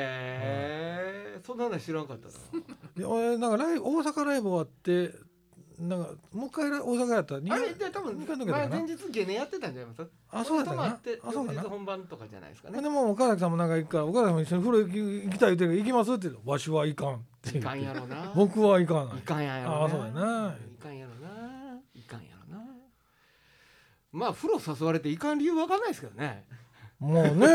Speaker 1: えそんな話知らんかったな
Speaker 2: で俺なんかライブ大阪ライブ終わってなんかもう一回大阪やったら
Speaker 1: あれで多分
Speaker 2: 二回の時
Speaker 1: 前
Speaker 2: だか
Speaker 1: 前
Speaker 2: な
Speaker 1: 日ゲネやってたんじゃないですか
Speaker 2: あそうだった
Speaker 1: 泊ま
Speaker 2: な
Speaker 1: って
Speaker 2: あそ
Speaker 1: 翌
Speaker 2: うだ
Speaker 1: 日
Speaker 2: な
Speaker 1: 本番とかじゃないですか
Speaker 2: で
Speaker 1: ね
Speaker 2: も岡崎さんもなんか行くから岡崎さんも一緒に風呂行き行きたい言うてるけど行きますって言うとわしはいかんって
Speaker 1: い
Speaker 2: 言
Speaker 1: かん
Speaker 2: って
Speaker 1: やろな
Speaker 2: 僕はいかない
Speaker 1: いかんやろな
Speaker 2: あそうやない
Speaker 1: かんやろないかんやろなまあ風呂誘われていかん理由わかんないですけどね
Speaker 2: もうね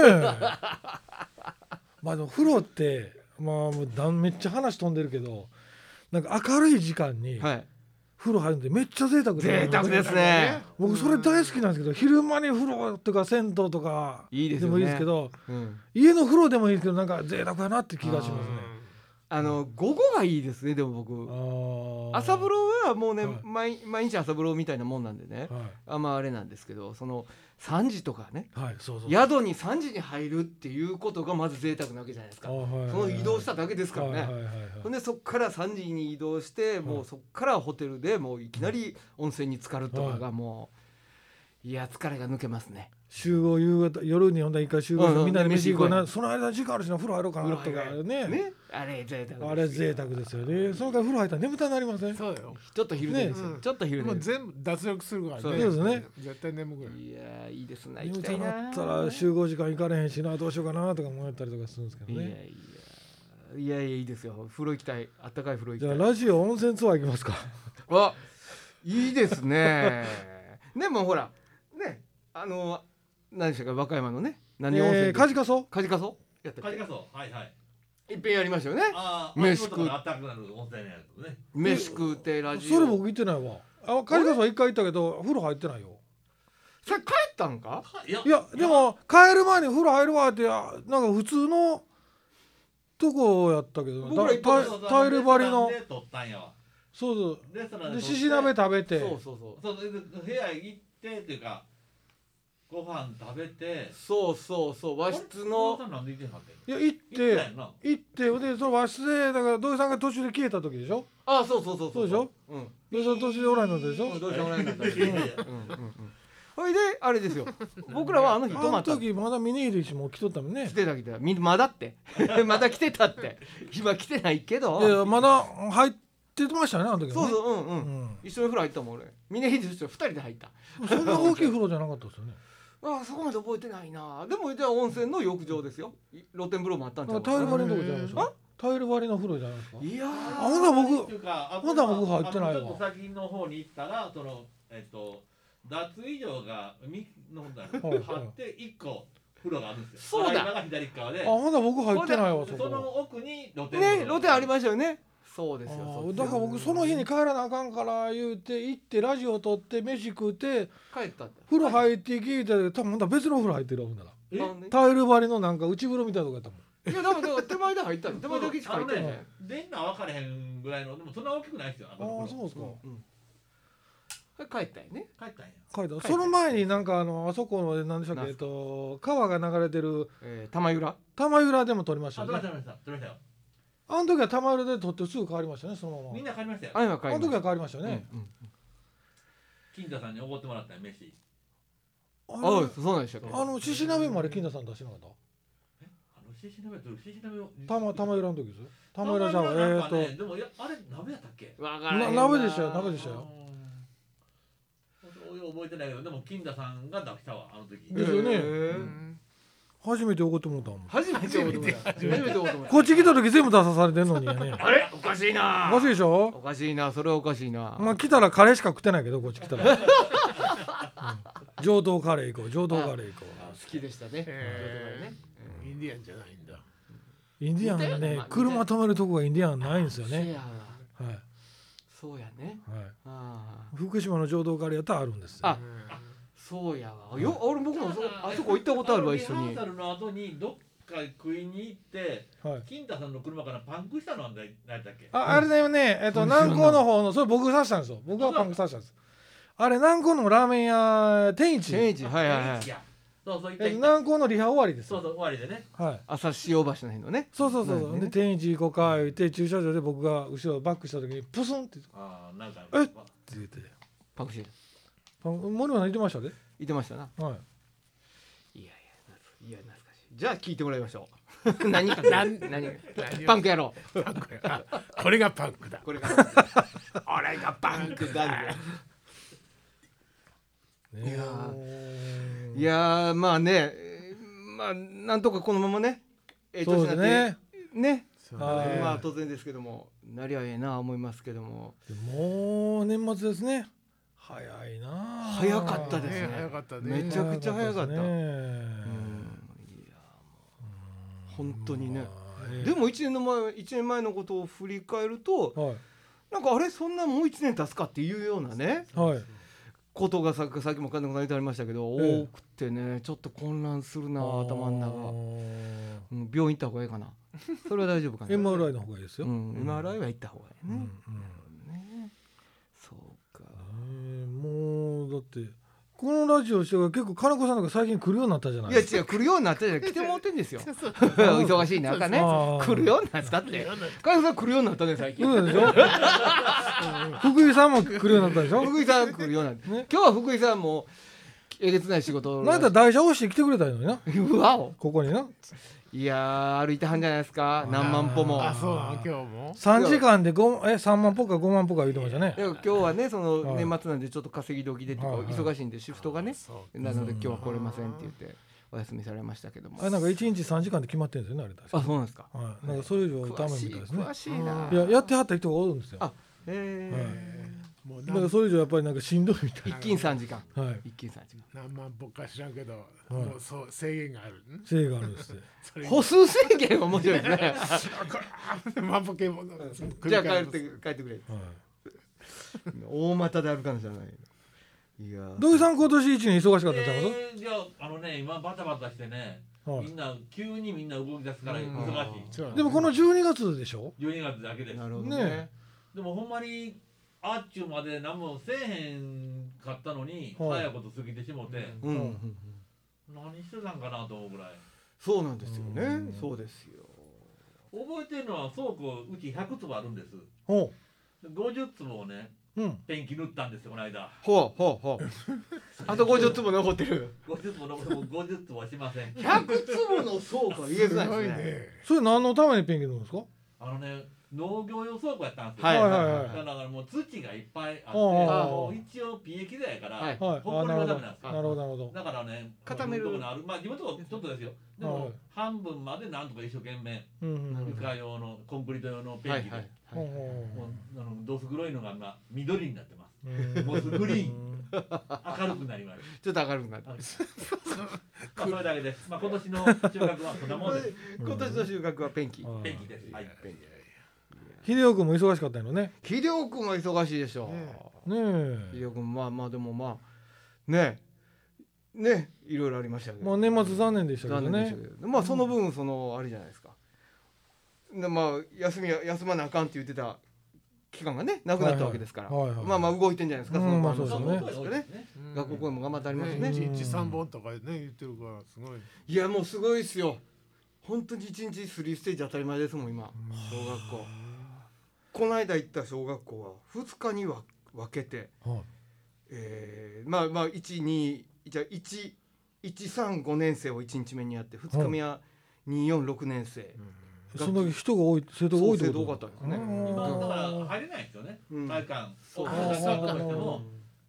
Speaker 2: まあでも風呂ってまあもうだめっちゃ話飛んでるけどなんか明るい時間に
Speaker 1: はい
Speaker 2: 風呂入るんでめっちゃ贅沢だ
Speaker 1: 贅沢ですね
Speaker 2: 僕それ大好きなんですけど昼間に風呂とか銭湯とか
Speaker 1: いいですよね
Speaker 2: もいいですけど
Speaker 1: うん
Speaker 2: 家の風呂でもいいですけどなんか贅沢やなって気がしますね
Speaker 1: あの午後がいいですねでも僕
Speaker 2: あー
Speaker 1: 朝風呂はもうね
Speaker 2: はい
Speaker 1: 毎毎日朝風呂みたいなもんなんでね
Speaker 2: は
Speaker 1: あんまあれなんですけどその3時とかね
Speaker 2: い、はい、そうそう
Speaker 1: 宿に3時に入るっていうことがまず贅沢なわけじゃないですか
Speaker 2: あはいはい
Speaker 1: その移動しただけですからね、
Speaker 2: はいはいはいはい
Speaker 1: ほんでそこから3時に移動して、もうそこからホテルでもういきなり温泉に浸かるとかがもう、い、や疲れが抜けますね
Speaker 2: 集合夕方夜にほんだら一回集合して
Speaker 1: うんうん
Speaker 2: みんなで飯行こ
Speaker 1: 飯行こう
Speaker 2: うな
Speaker 1: や
Speaker 2: その間時間あるしな風呂入ろうかなと
Speaker 1: 風呂
Speaker 2: か
Speaker 1: 入る
Speaker 2: ね
Speaker 1: ねあれ贅沢ですよ
Speaker 2: あれ贅沢ですよねそのから風呂入ったら眠たなりません
Speaker 3: そうだよ
Speaker 1: ちょっと昼寝ですよ、
Speaker 3: ねうん
Speaker 1: ちょっと昼
Speaker 3: も
Speaker 1: 寝
Speaker 3: う
Speaker 1: です
Speaker 3: 全部脱力するからね
Speaker 1: そう
Speaker 2: ですね
Speaker 3: 絶対眠くなる
Speaker 1: いやーいいですね行
Speaker 2: 眠
Speaker 1: きた
Speaker 2: た
Speaker 1: いな
Speaker 2: なったら集合時間行かれへんしなどうしようかなとか思ったりとかするんですけ
Speaker 1: い
Speaker 2: ど
Speaker 1: やい
Speaker 2: ね
Speaker 1: やいやいやいいですよ風呂行きたいあったかい風呂
Speaker 2: じゃあ
Speaker 1: 行きたい
Speaker 2: ラジオ温泉ツアー行きますか
Speaker 1: あいいですね <laughs> でもほらねあの何でしたっけ和歌山のね何温
Speaker 2: え
Speaker 1: 泉
Speaker 2: ー、カジカソ
Speaker 1: カジカソやったっ
Speaker 4: カジ
Speaker 1: け
Speaker 4: カソはいはい
Speaker 1: いっぺんやりましたよね
Speaker 4: ああ
Speaker 1: 飯食う
Speaker 4: 足元があったくなる温泉やけどね
Speaker 1: 飯食うてラジオ
Speaker 2: それ僕行ってないわあカジカソは一回行ったけど風呂入ってないよ
Speaker 1: それ帰ったんか
Speaker 4: はいや
Speaker 2: いやでも帰る前に風呂入るわってあなんか普通のとこやったけど
Speaker 1: 僕ら行った
Speaker 2: だタイタイル張りの
Speaker 4: レストランで撮ったんやわ
Speaker 2: そうそ
Speaker 4: レストラン
Speaker 2: う
Speaker 4: で
Speaker 2: で
Speaker 4: 撮って
Speaker 2: しし鍋食べ
Speaker 1: そう
Speaker 2: て
Speaker 1: そうそう
Speaker 4: そうで部屋行ってっていうかご飯食べて
Speaker 1: そうそうそう和室の
Speaker 4: あれなんで行けへんかったんや
Speaker 2: いや行っ
Speaker 4: 行ってたんやな
Speaker 2: 行ってほんでその和室でだから土井さんが途中で消えた時でしょ
Speaker 1: あそうそうそう
Speaker 2: そうでしょ
Speaker 1: うん
Speaker 2: 土井さん途中でおらんのでしょ
Speaker 1: うんどうしようもないんだった
Speaker 4: いやいやい
Speaker 1: う
Speaker 4: や
Speaker 1: んうんうんほいであれですよ僕らはあの日
Speaker 2: あ
Speaker 1: 泊ま
Speaker 2: の
Speaker 1: った来
Speaker 2: 時まだ峰秀氏も来とったもんね
Speaker 1: てた来てたみんなまだって <laughs> まだ来てたって今来てないけど
Speaker 2: いやまだ入ってましたねあの時
Speaker 1: そ
Speaker 2: は
Speaker 1: う
Speaker 2: ね
Speaker 1: そううんうん、
Speaker 2: うん
Speaker 1: 一緒に風呂入ったもん俺峰秀氏と二人で入った
Speaker 2: そんな大きい風呂じゃなかったですよね
Speaker 1: ああそこまで覚えてないなでもじゃあ温泉の浴場ですよい露天風呂もあったんちゃ
Speaker 2: なん
Speaker 1: う
Speaker 2: か
Speaker 1: か
Speaker 2: タイ
Speaker 1: な
Speaker 2: ル張りのとこじゃないですかタイル張りの風呂じゃないですか
Speaker 1: いやー
Speaker 2: あほな
Speaker 4: っ
Speaker 2: 僕
Speaker 4: ていうかあ
Speaker 2: まだ僕入ってないわ
Speaker 4: あのちょっと先の方に行ったらそのえっと脱衣所がみのほんだら
Speaker 2: はい
Speaker 4: 張って一個風呂があるんですよ
Speaker 1: そうだ
Speaker 4: 洗い場が左側で
Speaker 2: あまだ僕入ってないわそ
Speaker 4: その
Speaker 2: こ
Speaker 4: 奥に露天風
Speaker 1: ね
Speaker 4: 呂
Speaker 1: 露天ありましたよねそうですよ
Speaker 2: あ
Speaker 1: そうです
Speaker 2: だ
Speaker 1: よ
Speaker 2: から僕その日に帰らなあかんから言うて行ってラジオ撮って飯食うて
Speaker 1: 帰ったって
Speaker 2: 風呂入って聞いたら多分また別のお風呂入ってるわほんなら
Speaker 4: え
Speaker 1: あのね
Speaker 2: タイル張りのなんか内風呂みたいなとこやったもん
Speaker 1: いやだからだから手前で入ったの手前だけしか入ってない
Speaker 4: あの
Speaker 1: ね
Speaker 4: ね出んな分かれへんぐらいのでもそんな大きくないですよあの
Speaker 2: ああ
Speaker 4: 風
Speaker 2: そう
Speaker 4: 呂
Speaker 2: ですか、
Speaker 1: うん帰ったよね
Speaker 4: 帰ったんや
Speaker 2: 書
Speaker 1: 書い
Speaker 2: いてある
Speaker 1: てある
Speaker 2: その前になんかあのあそこの何でしたっ
Speaker 1: なん
Speaker 2: けえっ
Speaker 1: す
Speaker 2: と川が流れてる
Speaker 1: えー玉浦
Speaker 2: 玉浦でも撮りました
Speaker 4: あ
Speaker 2: よ
Speaker 4: 撮れ
Speaker 2: ね
Speaker 4: た撮れた撮れたよ
Speaker 2: あの時は玉浦で撮ってすぐ変わりましたねそのま
Speaker 4: みんな帰りましたよ
Speaker 1: あれは帰
Speaker 2: まあ
Speaker 1: り
Speaker 2: の時は
Speaker 1: ま
Speaker 2: 変わりましたよ
Speaker 1: した
Speaker 2: ね、
Speaker 1: うん
Speaker 4: 金田さんにおごってもらったよ飯
Speaker 1: うん
Speaker 2: あ
Speaker 1: あ
Speaker 2: の
Speaker 1: そうなんでしたっけ
Speaker 2: あの獅子鍋まで金田さん出してなかった
Speaker 4: あの獅子鍋どれ獅子鍋を
Speaker 2: 玉玉浦の時ですよ玉浦じゃあえ
Speaker 4: なん
Speaker 2: ーっ
Speaker 4: か
Speaker 2: と
Speaker 4: ねでもいやあれ鍋やったっけ
Speaker 1: わからへんな
Speaker 2: な鍋でしたよ鍋でしたよ
Speaker 4: うん俺覚えてないけどでも金田さんが出したわあの時
Speaker 2: ですよね
Speaker 1: へー
Speaker 3: うん
Speaker 2: 初めて怒ってもうたもん
Speaker 1: 初めて思った初めて思った
Speaker 2: こっち来た時全部出さされてんのにやね
Speaker 1: あれおかしいな
Speaker 2: おかしいでしょ
Speaker 1: おかしいなそれはおかしいな
Speaker 2: まあ来たらカレーしか食ってないけどこっち来たら、うん上等カレー行こう上等カレー行こ
Speaker 1: 好きでしたね
Speaker 3: えインディアンじゃないんだ
Speaker 2: うインディアンは
Speaker 1: 似たよう
Speaker 2: ね
Speaker 1: な
Speaker 2: 車止めるとこがインディアンないんですよ
Speaker 1: せ
Speaker 2: ね
Speaker 1: やわ
Speaker 2: はいは
Speaker 1: そうやね
Speaker 2: い
Speaker 1: あー
Speaker 2: 福島の浄土カレーやったらあるんですよ
Speaker 1: あそうやわよ俺僕もそあそこ行ったことあるわ一緒
Speaker 4: のリ
Speaker 1: に
Speaker 4: ハーサルの後にどっか食いに行って
Speaker 2: はい
Speaker 4: 金太さんの車からパンクしたのは何だったっけ
Speaker 2: ああれだよね、えっと、
Speaker 1: うん
Speaker 2: 南高の方のそれ僕刺したんですよ僕がパンク刺したんですあれ南高のラーメン屋天一、
Speaker 1: 天
Speaker 2: えっ
Speaker 1: 一はいはいはい
Speaker 4: やそうそう行っ
Speaker 2: と、
Speaker 4: た行った
Speaker 2: 南高のリハ終わりです
Speaker 4: そうそう終わりでね
Speaker 2: はい
Speaker 1: 朝塩橋の辺のね
Speaker 2: そうそうそうそう、
Speaker 1: なんでね
Speaker 2: で天一行こうか言って駐車場で僕が後ろバックした時にプスンって
Speaker 4: ああなんか
Speaker 2: え
Speaker 4: え
Speaker 2: 言って
Speaker 1: パクチー
Speaker 2: パン森野さん言ってましたね
Speaker 1: いてましたな。
Speaker 2: はい
Speaker 1: いやいや、懐かしいいや懐かしい。じゃあ聞いてもらいましょう。 <laughs> 何か何何
Speaker 3: 何
Speaker 1: パンクやろう。
Speaker 3: パンクやあこれがパンクだ
Speaker 1: これが俺がパンク <laughs> だぜ。
Speaker 2: ね
Speaker 1: いや
Speaker 2: ー
Speaker 1: いやーまあね、えーまあなんとかこのままね、ええ
Speaker 2: そう
Speaker 1: 年
Speaker 2: です
Speaker 1: になって
Speaker 2: ね
Speaker 1: ね、
Speaker 3: そう
Speaker 2: あー
Speaker 1: まあ当然ですけども、なりゃええな思いますけども、
Speaker 2: もう年末ですね早いなあ
Speaker 1: 早かったですね。
Speaker 3: ね早かったね
Speaker 1: めちゃくちゃ早かった。
Speaker 2: です
Speaker 1: うんいや
Speaker 2: ね
Speaker 1: ーもう本当にね。
Speaker 2: まあええ
Speaker 1: でも一年の前一年前のことを振り返ると、
Speaker 2: はい
Speaker 1: なんかあれそんなもう一年経つかっていうようなね
Speaker 2: はい
Speaker 1: ことがささっきも金子さん言ってありましたけど、
Speaker 2: ええ
Speaker 1: 多くてねちょっと混乱するな頭の中、うん、病院行った方がいいかなそれは大丈夫かな、うん、
Speaker 2: MRI の方がいいですよ、
Speaker 1: 今洗いは行った方がいい
Speaker 2: うんう
Speaker 1: ね,、
Speaker 2: ん
Speaker 1: ねそうか
Speaker 2: ええもうだってこのラジオしてから結構金子さんとか最近来るようになったじゃない
Speaker 1: いや違う来るようになったじゃん来てもらってんですよ
Speaker 3: そう
Speaker 1: <laughs> 忙しい中ね
Speaker 2: あー
Speaker 1: <laughs> 来るようになったって金子さん来るようになったね最近
Speaker 2: そうで
Speaker 1: <laughs>
Speaker 2: しょ福井さんも来るようになったでしょ
Speaker 1: 福井さん来るようになった、
Speaker 2: ね
Speaker 1: 今日は福井さんもえげつない仕事を
Speaker 2: なんだ台車押して来てくれたのにな
Speaker 1: <laughs> うわお
Speaker 2: ここにない
Speaker 1: やー歩いてはんじゃないですか何万歩も
Speaker 3: あそうなの今日も
Speaker 2: 3時間で五え3万歩か5万歩か言ってましたね
Speaker 1: でも今日はねその
Speaker 2: はい
Speaker 1: 年末なんでちょっと稼ぎ時でっていう
Speaker 2: はいはい
Speaker 1: か忙しいんでシフトがね
Speaker 3: そ
Speaker 1: なので今日は来れませんって言ってお休みされましたけども
Speaker 2: あれなんか1日3時間で決まってるんですよねあれ確か
Speaker 1: あそうなんですか
Speaker 2: はい、なんかそれ以上ダメ
Speaker 1: 詳し
Speaker 2: み
Speaker 1: い
Speaker 2: たいですね
Speaker 1: 詳しいない
Speaker 2: ややってはった人がおるんですよ
Speaker 1: あえー
Speaker 2: はい
Speaker 3: もう
Speaker 2: だから
Speaker 3: 何
Speaker 2: それ以上やっぱりなんかしんどいみたい
Speaker 1: 一気に3時間
Speaker 2: なはい
Speaker 1: 一気に3時間
Speaker 3: 何万歩か知らんけどもうそう制限がある <laughs> ん
Speaker 2: せいがあるんですって
Speaker 3: それ
Speaker 1: 歩数制限が面白いですね
Speaker 3: 万歩計も
Speaker 1: じゃあ帰って帰ってくれ
Speaker 2: はい
Speaker 1: 大股で歩かなきゃないいやー
Speaker 2: 土井さん今年一年忙しかったんちゃいます
Speaker 4: えー、いやあのね今バタバタしてね、
Speaker 2: はい
Speaker 4: みんな急にみんな動き出すから
Speaker 3: うん
Speaker 4: 忙し
Speaker 3: そう
Speaker 2: でもこの12月でしょ
Speaker 4: い12月だけです
Speaker 1: なるほど
Speaker 2: ね
Speaker 1: ね
Speaker 4: でもほんまにあっちゅうまで何もせえへんかったのに、
Speaker 2: はい
Speaker 4: 早いこと過ぎてしもて、
Speaker 1: うんうん
Speaker 2: う
Speaker 1: うんん
Speaker 4: 何してたんかなと思うぐらい
Speaker 1: そうなんですよ
Speaker 2: う
Speaker 1: ね
Speaker 2: ん
Speaker 1: そうですよ
Speaker 4: 覚えてるのは倉庫うち100坪あるんです
Speaker 2: ほ
Speaker 4: 50坪をね
Speaker 2: ううん
Speaker 4: ペンキ塗ったんですよこの間
Speaker 1: ほうほうほうあと50粒残ってる
Speaker 4: 50坪のことも50坪はしません
Speaker 1: 100坪の倉庫は言え
Speaker 3: す
Speaker 1: ない
Speaker 3: ごい
Speaker 1: ですね
Speaker 3: ね
Speaker 2: それ何のためにペンキ塗るんですか
Speaker 4: あのね農業用倉庫やったんですよ、
Speaker 1: はいはい
Speaker 4: だ
Speaker 1: は
Speaker 4: からもう土がいっぱいあって
Speaker 2: おうおう
Speaker 4: もう一応 PA 剤やから、
Speaker 1: はい
Speaker 2: はい
Speaker 4: ほこり
Speaker 2: なるほ
Speaker 4: はダ
Speaker 2: ど
Speaker 4: メ
Speaker 2: な
Speaker 4: なん
Speaker 1: よ
Speaker 2: るほど
Speaker 4: です
Speaker 2: なるほど
Speaker 4: だからね
Speaker 1: 固める
Speaker 4: 自分のとこのあるまあ地元はちょっとですよで
Speaker 2: はい
Speaker 4: も半分までなんとか一生懸命
Speaker 2: うんうんうん
Speaker 4: 床用のコンクリート用の
Speaker 1: い
Speaker 4: ペ
Speaker 1: は
Speaker 4: ン
Speaker 1: い
Speaker 4: キで、
Speaker 1: はい
Speaker 2: ほうほ
Speaker 4: もうあのどうす黒いのが今緑になってます
Speaker 2: ううん
Speaker 4: もうすぐグリー明るくなりまし
Speaker 1: ちょっと明るくなった
Speaker 4: たまあそれだけですまあ今年の収穫はそんなもんです
Speaker 1: 今年の収穫はペンキ
Speaker 2: うん
Speaker 4: ペンキですはい
Speaker 1: ペンキ
Speaker 2: 秀夫君も忙しかったんやろね
Speaker 1: 秀夫君は忙しいでしょ
Speaker 3: ね
Speaker 2: ねえ
Speaker 1: 秀夫君まあまあでもまあねねいろいろありましたけ
Speaker 2: ま
Speaker 1: ど
Speaker 2: あ年末残念でしたけど
Speaker 1: 残念でし
Speaker 2: ね
Speaker 1: たけどまあその分そのあれじゃないですかでまあ休みは休まなあかんって言ってた期間がねなくなったわけですから
Speaker 2: はいはいはいはい
Speaker 1: まあまあ動いてんじゃないですか
Speaker 2: うん
Speaker 1: その
Speaker 2: まあ
Speaker 1: あの
Speaker 2: そう
Speaker 4: 学
Speaker 2: ですね
Speaker 4: 校が多いですね
Speaker 1: 学校公演も頑張ってありますね
Speaker 3: ね一日三本とかね言ってるからすごい
Speaker 1: いやもうすごいですよ本当に一日スリーステージ当たり前ですもん今小学校この間行った小学校は2日には分けて、
Speaker 2: はい
Speaker 1: えーまあまあ12じゃ135年生を1日目にやって2日目は246年生、
Speaker 2: その人が多い生徒が多い
Speaker 1: そう
Speaker 2: って
Speaker 1: 生徒
Speaker 2: こ
Speaker 1: 多か
Speaker 2: と
Speaker 1: ったですね、
Speaker 2: うん
Speaker 4: 今だから入れないんですよね
Speaker 1: うん
Speaker 4: 体育館
Speaker 1: そ
Speaker 4: そうう
Speaker 1: あ
Speaker 4: 体
Speaker 1: ー
Speaker 4: 育館とかしても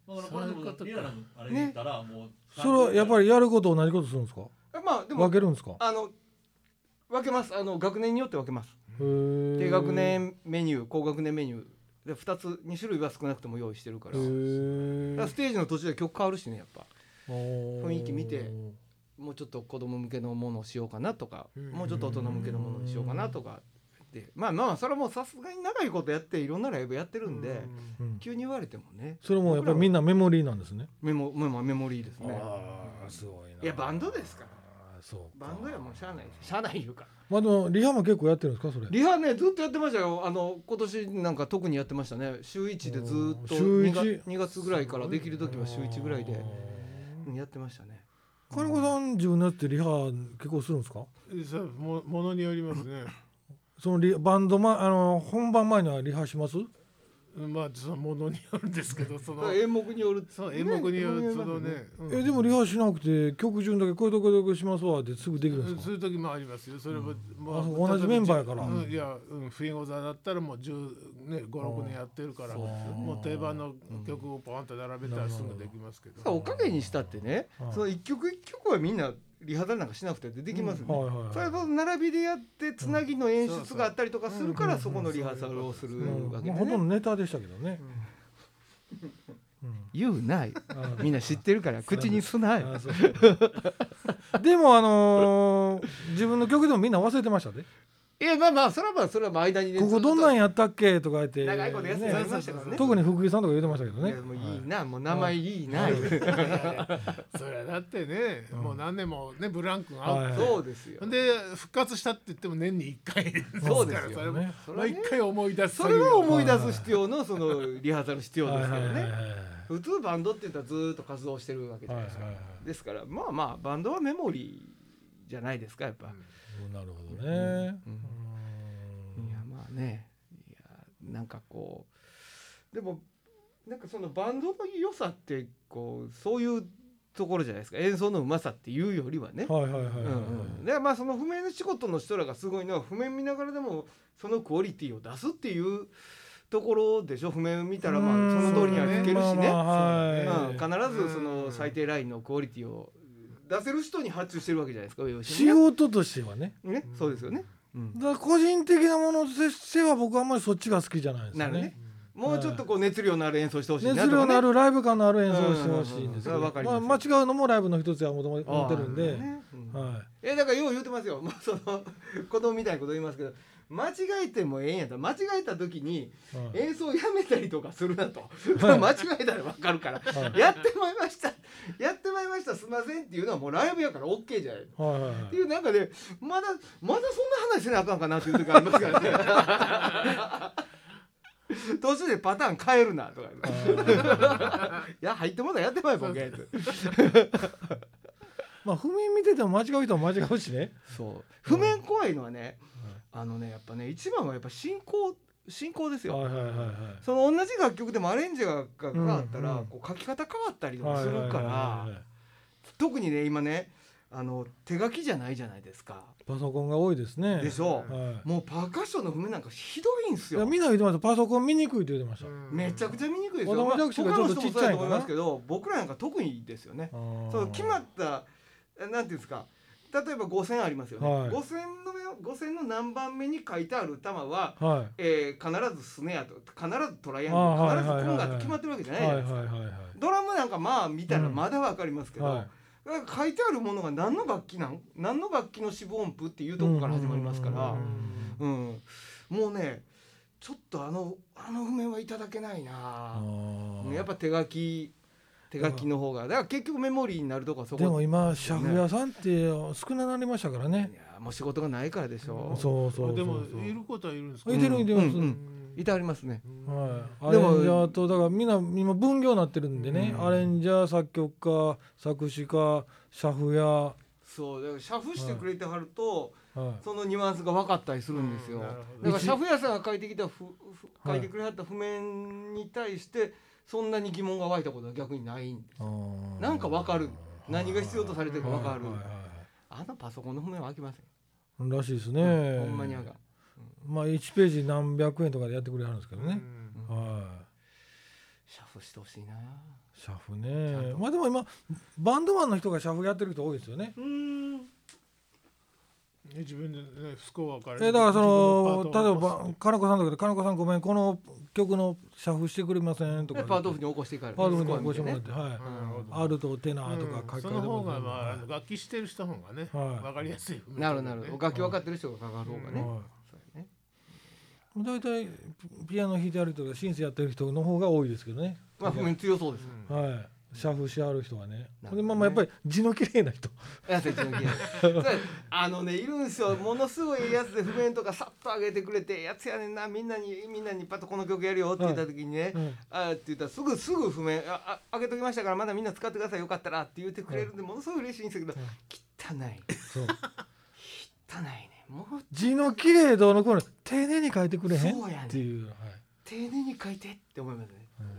Speaker 4: だからこ
Speaker 3: そう
Speaker 4: れ
Speaker 3: い
Speaker 4: で
Speaker 3: うこ
Speaker 4: も
Speaker 3: とか
Speaker 4: リアルなあれに行ったらもう
Speaker 2: それはやっぱりやること同じことするんですか
Speaker 1: まあで
Speaker 2: 分
Speaker 1: も
Speaker 2: けるんですか
Speaker 1: あの分けますあの学年によって分けます低
Speaker 2: 低
Speaker 1: 学年メニュー高学年メニューで2つ2種類は少なくとも用意してるからだからステージの途中で曲変わるしねやっぱ
Speaker 2: 雰
Speaker 1: 囲気見てもうちょっと子供向けのものをしようかなとか、
Speaker 3: うん
Speaker 1: もうちょっと大人向けのものにしようかなとかでまあまあそれはもうさすがに長いことやっていろんなライブやってるんで、急に言われてもね
Speaker 2: それもやっぱりみんなメモリーなんですね
Speaker 1: メモメモメモリーですね
Speaker 2: ああすごいない
Speaker 1: やバンドですから
Speaker 2: そう
Speaker 1: バンドやもんしゃあない
Speaker 2: で
Speaker 1: しゃあないいうか
Speaker 2: まあでもリハも結構やってるんですかそれ
Speaker 1: リハねずっとやってましたよあの今年なんか特にやってましたね週1でずっと
Speaker 2: おー週
Speaker 1: 2,
Speaker 2: 一
Speaker 1: 月2月ぐらいからできる時は週1ぐらいでうんやってましたね
Speaker 2: 金子さん自分のやってリハ結構するんですか
Speaker 3: そうもものによりますね
Speaker 2: そのリバンド、ま、あの本番前にはリハします
Speaker 3: まあそのものによるんですけどその
Speaker 1: <laughs> だから演目による
Speaker 3: その演目によ
Speaker 1: ね
Speaker 3: るそのね、うん
Speaker 2: えでもリハしなくて曲順だけこういうとこどこしますわってすぐできるんですか
Speaker 3: そういう時もありますよそれも、
Speaker 2: あそう
Speaker 3: 例えば
Speaker 2: 同じメンバーやから
Speaker 3: うんいや、うん、冬御座だったらもう1ね56年やってるからもう定番の曲をポンと並べたらすぐできますけど、
Speaker 1: おかげにしたってね、
Speaker 2: はい
Speaker 1: その一曲一曲はみんなリハーサルなんかしなくて出てきますね、
Speaker 2: はいはいはい
Speaker 1: それは並びでやってつなぎの演出があったりとかするから、
Speaker 3: うん
Speaker 1: そこのリハーサルをする
Speaker 2: うん
Speaker 1: わけ
Speaker 2: ま
Speaker 1: で
Speaker 2: あほと
Speaker 1: ね
Speaker 2: んどネタでしたけどね。うん
Speaker 1: 言うないみんな知ってるから口にすない
Speaker 2: あそう <laughs> でもあのー自分の曲でもみんな忘れてましたね。
Speaker 1: いやまあまあそれはまあそれはまあ間にね
Speaker 2: ここどんなんやったっけとか言って、
Speaker 1: 長いことやってたりましたからね
Speaker 2: 特に福井さんとか言ってましたけど
Speaker 1: い
Speaker 2: ね
Speaker 1: や。もういいな、もう名前いいな、
Speaker 3: それはだってね、もう何年もねブランクが
Speaker 2: は
Speaker 3: あ
Speaker 2: い
Speaker 3: って、
Speaker 1: そうですよ
Speaker 3: で復活したって言っても年に1回ですから
Speaker 1: そ
Speaker 3: そう
Speaker 1: ですよ
Speaker 3: れも
Speaker 2: ね
Speaker 1: それはね
Speaker 3: 毎回思い出す
Speaker 1: それを思い出す必要のそのリハーサル必要
Speaker 2: はい
Speaker 1: で
Speaker 2: は
Speaker 1: すか
Speaker 2: いはい
Speaker 1: ら
Speaker 2: はい
Speaker 1: ね普通バンドって言ったらずーっと活動してるわけじゃ
Speaker 2: は
Speaker 1: ない
Speaker 2: い
Speaker 1: ですか、
Speaker 2: はい
Speaker 1: ですからまあまあバンドはメモリーじゃないですかやっぱ、
Speaker 2: なるほどね。
Speaker 1: うん
Speaker 2: うん
Speaker 1: いやまあねいやなんかこうでもなんかそのバンドの良さってこうそういうところじゃないですか演奏のうまさっていうよりはね、
Speaker 2: はいはいはいはい
Speaker 1: うんうんでまあその譜面の仕事の人らがすごいのは譜面見ながらでもそのクオリティを出すっていうところでしょ譜面見たらまあその通りには弾けるしね、
Speaker 2: まあまあ
Speaker 1: うん、
Speaker 2: はい
Speaker 1: 必ずその
Speaker 3: うん
Speaker 1: 最低ラインのクオリティを出せる人に発注してるわけじゃないですか上吉
Speaker 2: 仕
Speaker 1: ね
Speaker 2: 事としてはね。
Speaker 1: ねそうですよね、うん
Speaker 2: だから個人的なものとしては僕はあんまりそっちが好きじゃないです
Speaker 1: な
Speaker 2: よ
Speaker 1: るね
Speaker 2: ね。
Speaker 1: もうちょっとこう熱量のある演奏してほしいなとか、
Speaker 2: 熱
Speaker 1: ね、
Speaker 2: 量のあるライブ感のある演奏をしてほしいんですけ
Speaker 1: うんうんうんそれは
Speaker 2: ど
Speaker 1: わか、り
Speaker 2: ま
Speaker 1: ま
Speaker 2: あ
Speaker 1: す
Speaker 2: 間違うのもライブの一つや思って思ってるん
Speaker 1: あ
Speaker 2: で
Speaker 1: ー、ねうん
Speaker 2: はい。
Speaker 1: えだからよう言うてますよ、まあ、その <laughs> 子供みたいなこと言いますけど間違えてもええんやったら間違えた時に
Speaker 2: はい
Speaker 1: 演奏やめたりとかするなと、
Speaker 2: は
Speaker 1: <laughs>
Speaker 2: い
Speaker 1: 間違えたら分かるから、
Speaker 2: はい
Speaker 1: やってまいりましたやってまいりましたすいませんっていうのはもうライブやから OK じゃないの
Speaker 2: はいはい
Speaker 1: っていう中でまだまだそんな話せなあかんかなっていう時ありますからね
Speaker 2: <laughs>
Speaker 1: 途中でパターン変えるなとか言ういや入ってもらやってまいボケって
Speaker 2: まあ譜面見てても間違う人は間違うしね。
Speaker 1: そう譜面怖いのはね、あのねやっぱね一番はやっぱ進行進行ですよ、
Speaker 2: はいはいはいはい。
Speaker 1: その同じ楽曲でもアレンジが変わったら、
Speaker 2: うんうん
Speaker 1: こう書き方変わったりとか
Speaker 2: はい
Speaker 1: す
Speaker 2: はいはい
Speaker 1: る
Speaker 2: はい
Speaker 1: から、特にね今ねあの手書きじゃないじゃないですか、
Speaker 2: パソコンが多いですね。
Speaker 1: でしょ、
Speaker 2: は
Speaker 1: もうパーカッションの譜面なんかひどいんす
Speaker 2: い。いや
Speaker 1: よ
Speaker 2: みんな言ってました。パソコン見にくいって言ってました。
Speaker 1: めちゃくちゃ見にくいですよ、
Speaker 2: 子供弱視がちょっと
Speaker 1: 他の人もそう
Speaker 2: ちっちゃ
Speaker 1: だ
Speaker 2: い
Speaker 1: と思
Speaker 2: のか
Speaker 1: い
Speaker 2: な
Speaker 1: ますけど僕らなんか特にですよねそ
Speaker 2: そう
Speaker 1: 決まったえなんていうんですか例えば5,000ありますよね、
Speaker 2: はい
Speaker 1: 5,000の目を5,000の何番目に書いてある球は
Speaker 2: は
Speaker 1: えー、必ずスネアと必ずトライアング
Speaker 2: あー
Speaker 1: ル必
Speaker 2: はい
Speaker 1: ず
Speaker 2: は
Speaker 1: コンガ
Speaker 2: いはいはい
Speaker 1: って決まってるわけじゃ
Speaker 2: い
Speaker 1: な
Speaker 2: はい
Speaker 1: じゃ
Speaker 2: い
Speaker 1: な
Speaker 2: はいい
Speaker 1: ですか、
Speaker 2: はいはい。
Speaker 1: ドラムなんかまあ見たら
Speaker 2: うん
Speaker 1: まだわかりますけど、
Speaker 2: はい
Speaker 1: だから書いてあるものが何の楽器なん何の楽器の四分音符っていうとこから始まりますから
Speaker 2: うんうんうん
Speaker 1: うんもうねちょっとあのあの譜面はいただけないな
Speaker 2: あー
Speaker 1: やっぱ手書き手書きの方がだから結局メモリーになるとこはそこ
Speaker 2: でも今シャフ屋さんって少なくなりましたからね
Speaker 1: い。やもう仕事がないからでしょ
Speaker 2: そうそうそうそう。
Speaker 3: でもいることはいるんですか、
Speaker 2: いてるいてる
Speaker 1: うん
Speaker 2: そううん
Speaker 1: いたありますね
Speaker 2: はい、ア
Speaker 1: で
Speaker 2: レ
Speaker 1: も
Speaker 2: ンジャーとだからみんな今分業になってるんでね、アレンジャー作曲家作詞家シャフや、は
Speaker 1: そうだからシャフしてくれてはると、
Speaker 2: い、
Speaker 1: そのニュアンスが分かったりするんですよ。
Speaker 3: うん
Speaker 1: だ
Speaker 3: なる
Speaker 1: か
Speaker 3: ほど
Speaker 1: らシャフ屋さんが書いてきたふふ書
Speaker 2: はい
Speaker 1: いてくれはった譜面に対してそんなに疑問が湧いたことは逆にないんで
Speaker 2: あー
Speaker 1: なんか分かる何が必要とされてるか分かる
Speaker 2: はいはい
Speaker 1: あのパソコンの譜面は開きません、
Speaker 2: はいらしいですね。
Speaker 1: ほんまにあかん
Speaker 2: まあ1ページ何百円とかでやってくれはるんですけどね。は。
Speaker 1: シャフしてほしいない
Speaker 2: シャフ
Speaker 1: ちゃん
Speaker 2: ね。
Speaker 1: と
Speaker 2: まあでも今バンドマンの人がシャフやってる人多いですよね。
Speaker 1: うん
Speaker 3: 自分でねスコアから
Speaker 2: えだからその例えば金子さんとかで金子さんごめんこの曲のシャフしてくれませんとか
Speaker 1: で。パートオフに起こしていかれる
Speaker 2: パートオフに
Speaker 1: 息子
Speaker 2: ご
Speaker 1: は
Speaker 2: して
Speaker 1: 見
Speaker 2: も
Speaker 1: て
Speaker 2: らっ
Speaker 1: ね
Speaker 2: てはい。
Speaker 3: あ
Speaker 2: アルとテナーとか書
Speaker 3: そ
Speaker 2: き換え
Speaker 3: の
Speaker 2: て
Speaker 3: 方
Speaker 2: もらっ
Speaker 3: が
Speaker 2: て
Speaker 3: まああの楽器してる人の方がね、
Speaker 2: はい
Speaker 3: わかりやすい譜面
Speaker 1: な
Speaker 3: と
Speaker 1: る
Speaker 3: かね
Speaker 1: なる楽器分かってる人がかかる方がね、
Speaker 2: はい
Speaker 1: そうやね
Speaker 2: 大体ピピアノ弾いてある人がシンセやってる人の方が多いですけどね、
Speaker 1: まあ譜面強そうですよ、
Speaker 2: はいシャフしある人はね
Speaker 1: なるほどね
Speaker 2: でまあまあやっぱり字の綺麗な人
Speaker 1: やつ一番嫌
Speaker 2: <laughs>
Speaker 1: いそれあのねいるんですよものすごいええやつで譜面とかさっと上げてくれてええやつやねんなみんなにみんなにパッとこの曲やるよって言った時にね、
Speaker 2: はいはい
Speaker 1: あーって言ったらすぐすぐ譜面ああ上げときましたからまだみんな使ってくださいよかったらって言ってくれるんでものすごい嬉しいんですけど、汚い
Speaker 2: そう
Speaker 1: 汚いねもう
Speaker 2: 字の綺麗どうのこうの丁寧に書いてくれへん
Speaker 1: そうやねん
Speaker 2: っていう、はい
Speaker 1: 丁寧に書いてってって思いますね。うん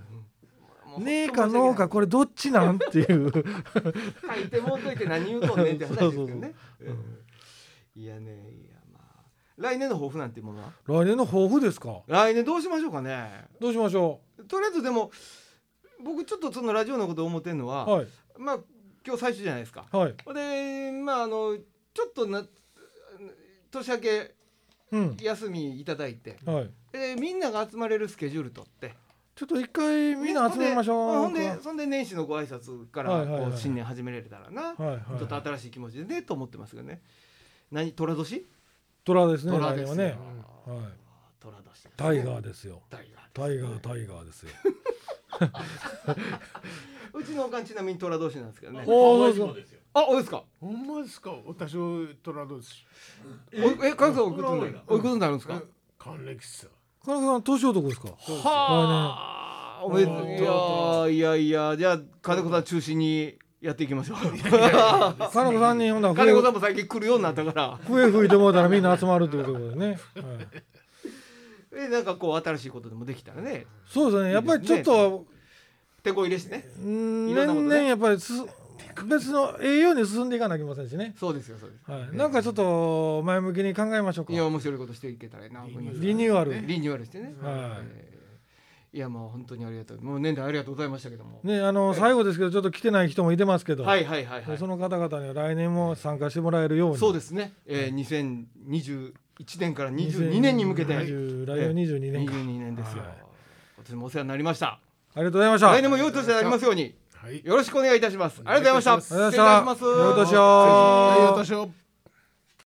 Speaker 2: ねえかノーか。これどっちなんっていう。
Speaker 1: 書いてもうといて何言うとんねんって話ですけど
Speaker 2: そうそ
Speaker 1: ね。うんいやねいやまあ来年の抱負なんていうものは
Speaker 2: 来年の抱負ですか。
Speaker 1: 来年どうしましょうかね。
Speaker 2: どうしましょ
Speaker 1: とりあえずでも僕ちょっとそのラジオのことを思ってるの
Speaker 2: う。
Speaker 1: は、
Speaker 2: はい
Speaker 1: まあ今日最初じゃないですか。
Speaker 2: はい。
Speaker 1: でまああのちょっとな年明け
Speaker 2: うん。
Speaker 1: 休みいただいて、
Speaker 2: はい。
Speaker 1: でみんなが集まれるスケジュール取って
Speaker 2: ちょっと一回みんな集めましょう。
Speaker 1: ほんでそんで年始のご挨拶から
Speaker 2: はいはいはい
Speaker 1: こう新年始められたらな、
Speaker 2: はいはい。
Speaker 1: ちょっと新しい気持ちでねと思ってますけどね何虎年
Speaker 2: トラですね。
Speaker 1: 虎
Speaker 2: 来
Speaker 1: で
Speaker 2: 年は
Speaker 1: す
Speaker 2: ね
Speaker 1: よ。
Speaker 2: はい。
Speaker 1: 虎年ですね
Speaker 2: タイガーですよ。
Speaker 1: タイガー
Speaker 2: タイガータイガーですよ。
Speaker 1: うちのおかんちなみに虎年なんですけどね
Speaker 2: おーそうそう
Speaker 4: そうですよ。
Speaker 1: あおいですか
Speaker 3: ほんまですか私は虎年
Speaker 1: おえかぐさんおいくつにな
Speaker 4: 虎
Speaker 1: る
Speaker 4: 年
Speaker 1: おいくつになるんですか
Speaker 3: 還暦っすよ
Speaker 2: カナさん年男ですか。
Speaker 1: はあおめでとういやーいやいやじゃあ金子さん中心にやっていきましょう
Speaker 2: カナコさんにほんなら
Speaker 1: 金
Speaker 2: 笛
Speaker 1: 子さんも最近来るようになったから
Speaker 2: 笛吹いてもらったらみんな集まるってことですね。はい。
Speaker 1: えなんかこう新しいことでもできたらね
Speaker 2: そうですね。やっぱりちょっと
Speaker 1: 手こ入れしてね
Speaker 2: うん
Speaker 1: い
Speaker 2: 年
Speaker 1: ろんなことね
Speaker 2: 々やっぱりす別の栄養に進んでいかなきゃいけませんしね。
Speaker 1: そうですよそうです
Speaker 2: はい。なんかちょっと前向きに考えましょうか。
Speaker 1: いや面白いことしていけたらいいな
Speaker 2: リニューアル。
Speaker 1: リニューアルしてね、
Speaker 2: はい
Speaker 1: えーいやもう本当にありがとうもう年代ありがとうございましたけども、
Speaker 2: ね、あの最後ですけどちょっと来てない人もいてますけど、
Speaker 1: はいはいはいはい
Speaker 2: その方々には来年も参加してもらえるように
Speaker 1: そう
Speaker 2: で
Speaker 1: ですね、えー、2021年から22年に向けて、
Speaker 2: 20来年22年か、
Speaker 1: 22年ですよ、
Speaker 2: はい
Speaker 1: 今年もお世話になりました
Speaker 2: ありがとうございました
Speaker 1: 来年も良い年でありますように
Speaker 3: はい
Speaker 1: よろしくお願いいたしますありがとうございました
Speaker 2: ありがとうございまし
Speaker 1: 失礼いたします
Speaker 2: た良いお年を
Speaker 3: はいお年を